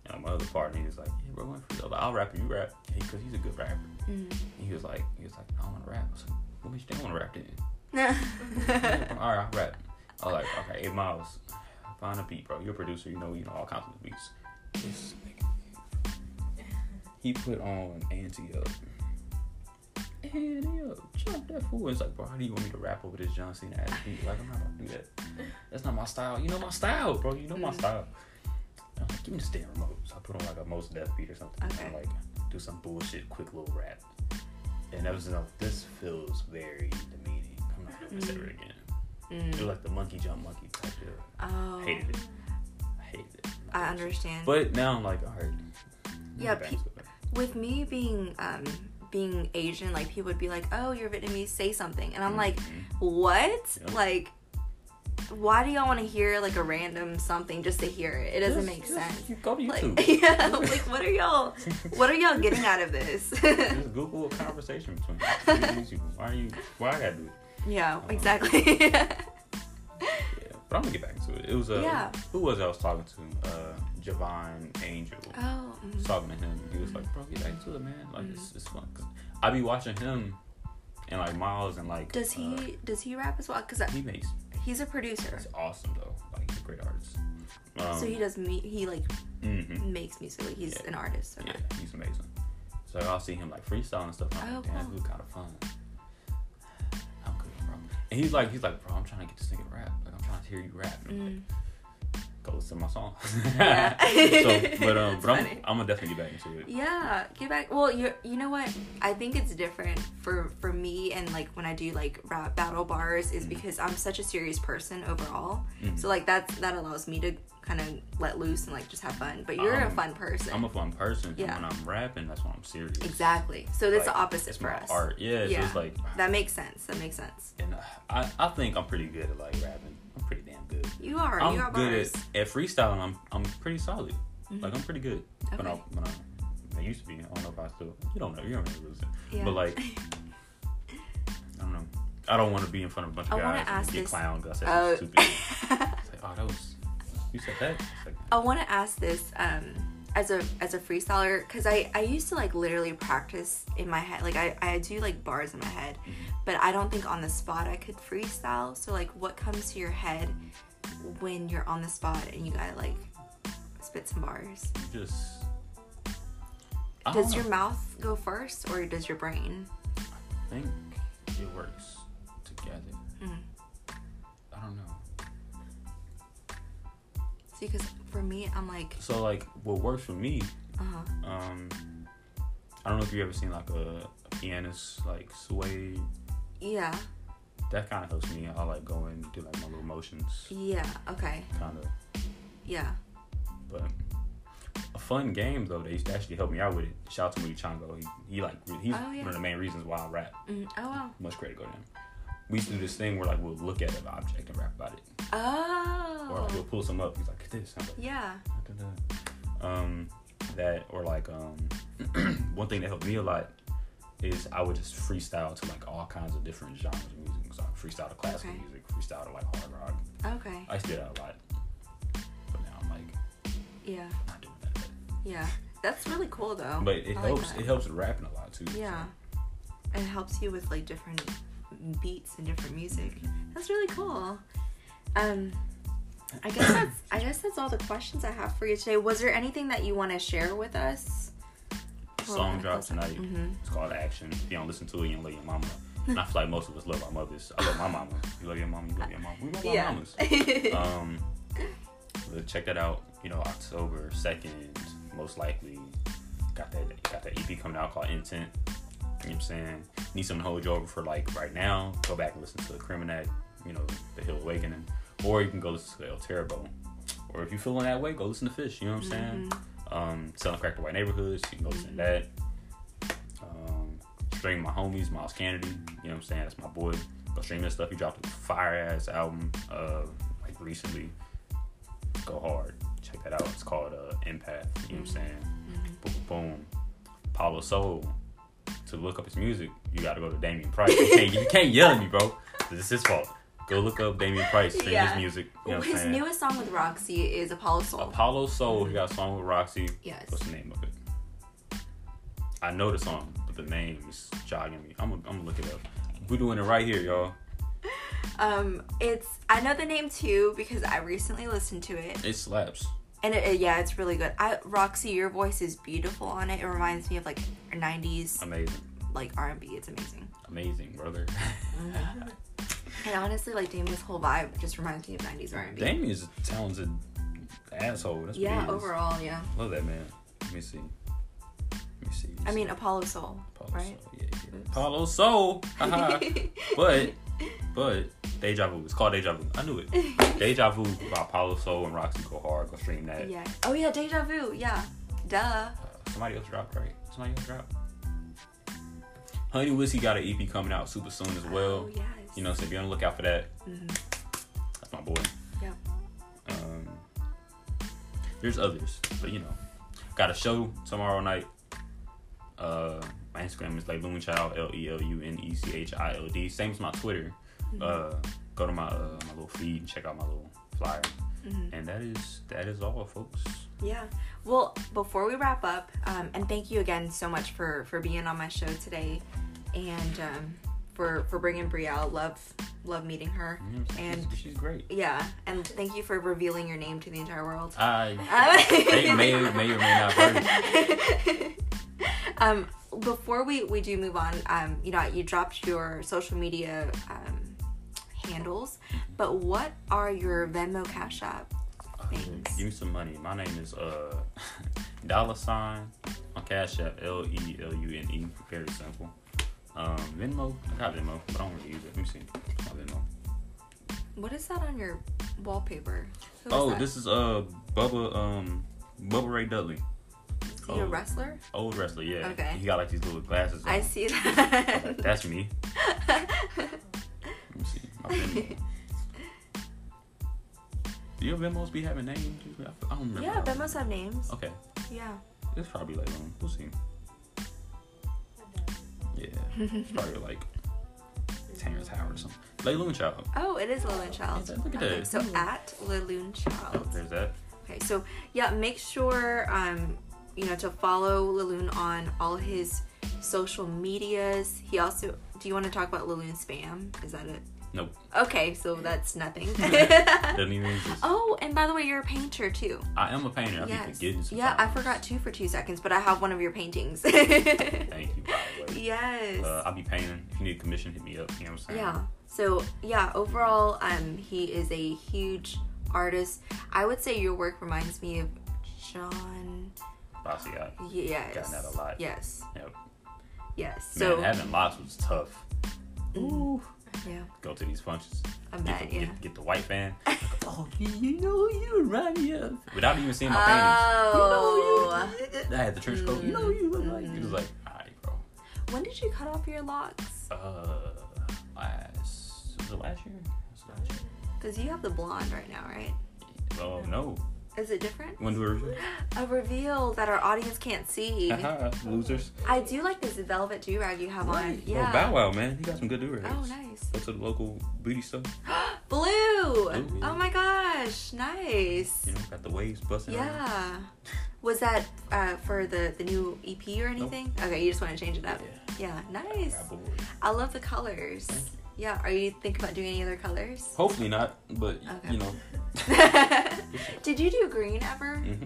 And my other partner, he was like, "Yeah, bro, I wanna freestyle. I was like, I'll rap. You rap, because he's a good rapper."
Mm.
And he was like, "He was like, I don't want to rap." I was like, "What makes you think I want to rap then?"
Mm. yeah.
all right, I'll rap. I was like, okay, eight miles. Find a beat, bro. You're a producer. You know, you know all kinds of beats. This nigga. He put on Anti Up. Anti Up. Jump that fool. It's like, bro, how do you want me to rap over this John Cena ass beat? Like, I'm not gonna do that. That's not my style. You know my style, bro. You know my
Mm.
style. I'm like, give me this damn remote. So I put on like a most death beat or something.
Okay.
And like, do some bullshit, quick little rap. And that was enough. This feels very demeaning. I'm not gonna say it again. It was
Mm.
like the monkey jump monkey type deal.
Oh.
Hated it. I hated it.
I understand.
But now I'm like, all right.
Yeah,
back
pe-
to it.
with me being um being Asian, like people would be like, "Oh, you're Vietnamese, say something," and I'm like,
Mhm.
"What?
Yeah.
Like, why do y'all want to hear like a random something just to hear it? It doesn't
Just-
make
just-
sense."
You go to YouTube.
Like, yeah, like what are y'all? What are y'all getting out of this?
Just Google a conversation between you. Why are you? Why I gotta do it?
yeah,
Um,
exactly.
Yeah. But I'm gonna get back to it. It was uh,
Yeah.
who was it I was talking to? Uh, Javon Angel. I
Oh.
was talking to him. He was like, "Bro, get back to it, man. Like
mm-hmm.
it's, it's fun." 'Cause I be watching him and like Miles and like.
Does he
uh,
does he rap as well? Cause I-
he makes.
he's a producer,
It's awesome though. Like he's a great artist. Um,
so he does me. He like
mhm.
makes music. Like he's
Yeah.
an artist. So
Yeah, he's amazing. So I'll see him like freestyling and stuff. and I'm like,
Oh,
damn,
cool.
this is kind of fun. I'm good, bro. And he's like, he's like, bro, I'm trying to get this nigga to rap. Like, I'm trying to hear you rap. And I'm like,
Mm.
go listen to my song.
Yeah.
so, but um,
That's
but I'm,
funny.
I'm gonna definitely get back into it.
Yeah, get back. Well, you you know what? I think it's different for for me and like when I do like rap battle bars is
Mhm.
because I'm such a serious person overall.
Mhm.
So like that's that allows me to kind of let loose and like just have fun. But you're a
I'm-
fun person.
Um, I'm a fun person.
Yeah.
And when I'm rapping, that's when I'm serious.
exactly. So that's
Like,
the opposite
It's
for
my
us.
art. Yeah. So
Yeah.
it's like,
That makes sense. That makes sense.
and I, I think I'm pretty good at like rapping. I'm pretty damn good.
You are.
I'm
you got
good
bars.
at, at freestyling. I'm I'm pretty solid.
Mhm.
Like I'm pretty good. When I
Okay.
when I, I used to be. I don't know if I still. You don't know. You don't really lose it.
Yeah.
But like, I don't know. I don't want to be in front of a bunch of
I wanna
guys and
ask
get
this-
clowned because I said
Oh.
something stupid. It's like, oh, that was. You said that. It's like,
I want to ask this um, as a as a freestyler because I I used to like literally practice in my head like I I do like bars in my head, but I don't think on the spot I could freestyle. So like, what comes to your head when you're on the spot and you gotta like spit some bars?
you just. I don't
Does your
know.
mouth go first or does your brain?
I think it works together.
Mm.
I don't know.
See, because for me, I'm like,
So like, what works for me
uh huh,
um I don't know if you've ever seen like a, a pianist like sway.
yeah,
That kind of helps me. I like go and do like my little motions,
yeah, okay,
kind of.
yeah.
But a fun game though. They used to actually help me out with it. Shout out to Moody Chongo. He, he like re- he's
Oh, yeah.
one of the main reasons why I rap.
Mm, oh wow.
Much credit go to him. We used to do this thing where like we'll look at an object and rap about it, or like, we'll
Oh.
pull some up. He's like this. I'm like,
Yeah.
Da-da-da. Um, that or like um, one thing that helped me a lot is I would just freestyle to like all kinds of different genres of music. So I freestyle to classical
Okay.
music, freestyle to like hard rock.
Okay.
I used to do that a lot, but now I'm like
Yeah.
I'm not doing that.
Yeah, that's really cool though.
But it
Oh, I like
helps.
that.
it helps with rapping a lot too. so.
Yeah, and it helps you with like different beats and different music. That's really cool. Um, I guess that's I guess that's all the questions I have for you today. Was there anything that you want to share with us?
Song drop tonight.
Mm-hmm.
It's called Action. If you don't listen to it, you don't love your mama. And I feel like most of us love our mothers. I love my mama. You love your mama. You love your mama. We love our
Yeah.
mamas. um, but check that out. You know, October second, most likely. Got that got that EP coming out called Intent. You know what I'm saying? Need something to hold you over for like right now. Go back and listen to Criminac, you know, The Hill Awakening. Or you can go listen to El Terrible. Or if you're feeling that way, go listen to Fish, you know what I'm
Mm-hmm.
saying? Um, Selling Crack to White Neighborhoods, you can go listen to that. Um, stream my homies, Miles Kennedy, you know what I'm saying? That's my boy. Go stream his stuff. He dropped a fire ass album uh like recently. Go hard. Check that out. It's called uh Empath, you know what I'm saying? Boom boom boom. Pablo Soul. To look up his music, you gotta go to Damien Price. You can't, you can't yell at me, bro. This is his fault. Go look up Damien Price, stream
Yeah.
his music. You know what I'm
His
saying?
newest song with Roxy is Apollo Soul.
Apollo Soul, he got a song with Roxy.
Yes.
What's the name of it? I know the song, but the name is jogging me. I'm gonna I'm gonna look it up. We're doing it right here, y'all.
Um, it's I know the name too because I recently listened to it.
It slaps.
And it, it- yeah, it's really good. I Roxy, your voice is beautiful on it. It reminds me of like '90s
Amazing.
like R&B. It's amazing.
Amazing, brother.
And honestly, like Damien's whole vibe just reminds me of '90s R&B.
Damien's a talented asshole. That's what
Yeah,
he is.
overall, yeah.
Love that man. Let me see. Let me see.
I mean, Apollo Soul,
Apollo
right?
Soul. Yeah, yeah.
Oops.
Apollo Soul. Haha. but but Deja Vu. It's called Deja Vu. I knew it. Deja Vu by Apollo Soul and Roxy Go Hard. Go stream that.
yeah. Oh yeah, Deja Vu. Yeah. Duh.
Uh, somebody else dropped, right? Somebody else dropped. Honey Wizzy got an EP coming out super soon as well.
Oh, yes.
You know, so be on the lookout for that.
Mhm.
That's my boy.
Yep.
Um, there's others, but you know, got a show tomorrow night. Uh, my
Mm-hmm.
Instagram is like Loonchild, L E L U N E C H I L D. Same as my Twitter. Uh, go to my uh, my little feed and check out my little flyer.
Mhm.
And that is that is all, folks.
Yeah. Well, before we wrap up, um, and thank you again so much for for being on my show today, and um, for for bringing Brielle. Love love meeting her,
Yeah, she's-
and
she's great.
yeah, and thank you for revealing your name to the entire world.
I
Um,
may, may may or may not hurt.
um, before we, we do move on, um, you know, you dropped your social media um, handles, but what are your Venmo Cash App things?
Give me some money. My name is uh dollar sign on Cash App L E L U N E. Very simple. Um, Venmo. I got Venmo, but I don't really use it. Let me see. My Venmo.
What is that on your wallpaper? Who is
Oh,
that?
this is uh Bubba um Bubba Ray Dudley,
Is he a
oh.
wrestler?
old wrestler. Yeah.
Okay.
He got like these little glasses.
I
on.
see
I was like,
that.
That's me. Let me see. My Venmo. Do your Venmos be having names? I don't remember.
yeah,
how-
Venmos have names.
Okay,
Yeah.
it's probably like um, we'll see. Yeah, it's probably like Terrence Howard or something. Like Loon Child.
Oh, it is Liloon Child.
Yeah, look at
okay,
that.
so
Hmm.
at Liloon
Oh,
Child.
there's that.
Okay, so yeah, make sure um, you know to follow Laloon on all his social medias. He also do you want to talk about Laloon spam? Is that it?
Nope.
Okay, so that's nothing.
Doesn't even exist.
oh, and by the way, you're a painter too.
I am a painter. I keep
yes.
forgetting sometimes.
Yeah, I forgot two for two seconds, but I have one of your paintings.
Thank you, by the way.
yes.
Uh, I'll be painting. If you need a commission, hit me up. You know what I'm saying?
Yeah. So yeah, overall, um, he is a huge artist. I would say your work reminds me of John.
Bossy out.
Yes.
Gotten that a lot.
Yes.
Yep.
Yes. So
Man, having lots was tough. Ooh.
yeah,
Go to these functions.
I
Get
bet.
the,
Yeah.
get, get the white fan. oh, you, you know you remind me of. Without even seeing my paintings.
Oh. Mm-hmm.
I had the trench coat. You know you look like. He was like, alright, bro.
When did you cut off your locks?
Uh, last was it last year? Was it last year?
Cause you have the blonde right now, right?
Oh no.
Is it different?
When do we
A reveal that our audience can't see.
Uh-huh. losers?
I do like this velvet do rag you have on. Yeah.
Oh, Bow Wow, man, he got some good do
Oh, nice.
Go to the local booty stuff.
Blue.
yeah.
Oh my gosh, nice.
You know, got the waves busting. on you.
Yeah. Was that uh, for the the new EP or anything? Okay, you just want to change it up. Yeah,
I
nice.
got bored.
I love the colors. Yeah, are you thinking about doing any other colors?
Hopefully not, but
Okay.
you know.
did you do green ever?
hmm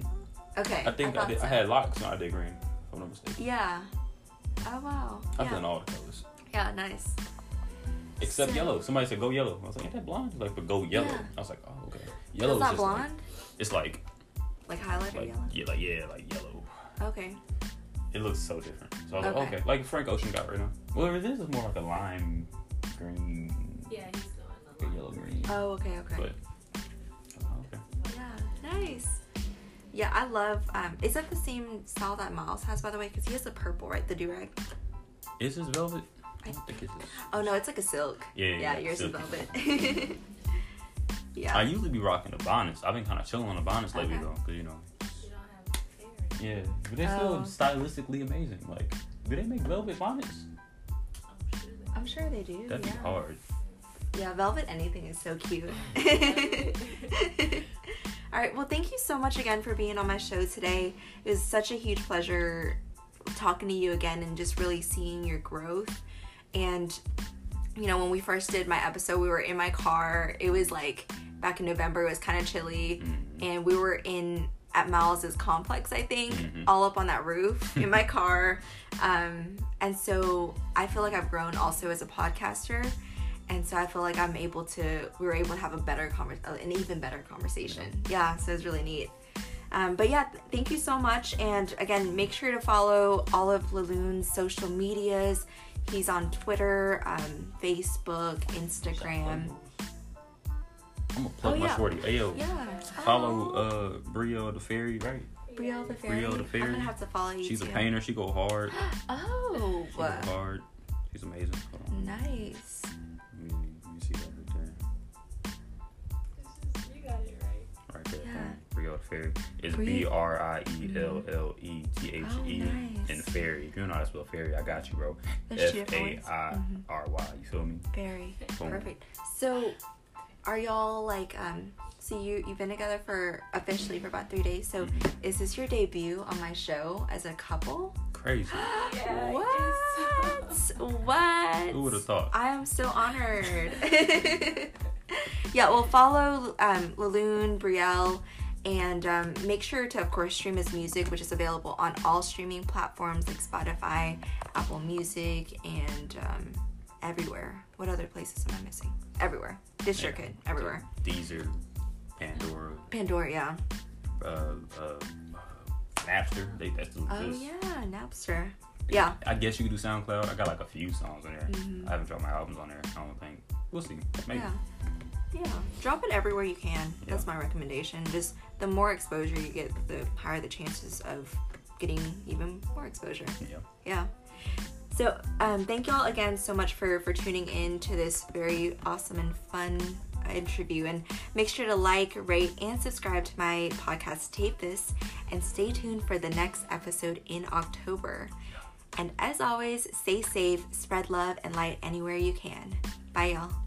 Okay.
I think I,
thought
did.
so.
I had locks and I did green. If I'm not mistaken.
Yeah. Oh wow.
I've
yeah.
done all the colors
Yeah, nice.
except
So-
yellow. Somebody said go yellow. I was like, ain't that blonde? He's like, but go yellow.
Yeah.
I was like, oh okay.
That's
Yellow is
not
just like-
blonde?
it's like
Like, highlighter
like
yellow?
yeah like yeah like yellow.
Okay.
It looks so different. So I was like,
Okay.
okay, like Frank Ocean got right now. Well, it is more like a lime green,
Yeah, he's
a
going.
yellow green.
Oh, okay, okay.
But okay,
Yeah, nice. Yeah, I love. Um, is that the same style that Miles has, by the way? Because he has the purple, right? The do rag.
is this velvet? I
I
don't think it is.
Oh no, it's like a silk.
Yeah, yeah, yeah,
yours
silk.
is velvet. yeah.
I usually be rocking the bonnets. I've been kind of chilling on the bonnets lately
Okay.
though, because you know.
You don't have hair.
Yeah, but they're
Oh.
still stylistically amazing. Like, do they make velvet bonnets?
I'm sure
I'm sure they
that-
do.
That'd
yeah.
be hard.
Yeah, velvet anything is so cute. All right, well, thank you so much again for being on my show today. It was such a huge pleasure talking to you again and just really seeing your growth. And, you know, when we first did my episode, we were in my car. It was like back in November, it was kind of chilly.
Mm-hmm.
And we were in at Miles's complex, I think,
Mm-hmm.
all up on that roof in my car. Um, and so I feel like I've grown also as a podcaster and so I feel like I'm able to we were able to have a better convers uh, an even better conversation. Yeah, so it's really neat. Um, but yeah, th- thank you so much. And again, make sure to follow all of Laloon's social medias. He's on Twitter, um, Facebook, Instagram.
I'm gonna plug
Oh,
my
yeah.
shorty. Hey yo,
Yeah. Oh.
follow uh Brio the fairy, right?
Brielle the Fairy.
Brielle the
I'm
Fairy.
gonna have to follow you.
She's a
too.
painter. She go hard.
Oh,
She go hard. She's amazing. Hold on.
nice.
Let me, let me see that right there.
This is- You got it right.
Right there.
Yeah.
Brielle Fairy. It's
Bre-
B R I E L L E T H E
Oh, nice.
and Fairy. If you don't know how to spell Fairy, I got you, bro.
There's two
F
different
A
ones.
I R Y. You feel me?
Very
Boom.
perfect. Mm-hmm. So are y'all like um so you you've been together for officially for about three days so
Mm-hmm.
is this your debut on my show as a couple
Crazy.
Yeah,
what
I guess so.
what
Who would have thought?
i am so honored yeah well follow um laloon brielle and um, make sure to of course stream his music which is available on all streaming platforms like spotify apple music and um, everywhere what other places am i missing everywhere this sure
Yeah.
could everywhere
Deezer, Pandora,
pandora yeah
uh, uh, Napster. They, that's the
Oh
list.
yeah, Napster. Yeah.
I guess you could do SoundCloud. I got like a few songs on there.
Mhm.
I haven't dropped my albums on there. I don't think. We'll see. Maybe.
Yeah. Yeah. Drop it everywhere you can. That's
Yeah.
my recommendation. Just the more exposure you get, the higher the chances of getting even more exposure.
Yeah.
Yeah. So um, thank y'all again so much for for tuning in to this very awesome and fun uh, interview and make sure to like rate and subscribe to my podcast tape this and stay tuned for the next episode in october and as always stay safe spread love and light anywhere you can bye y'all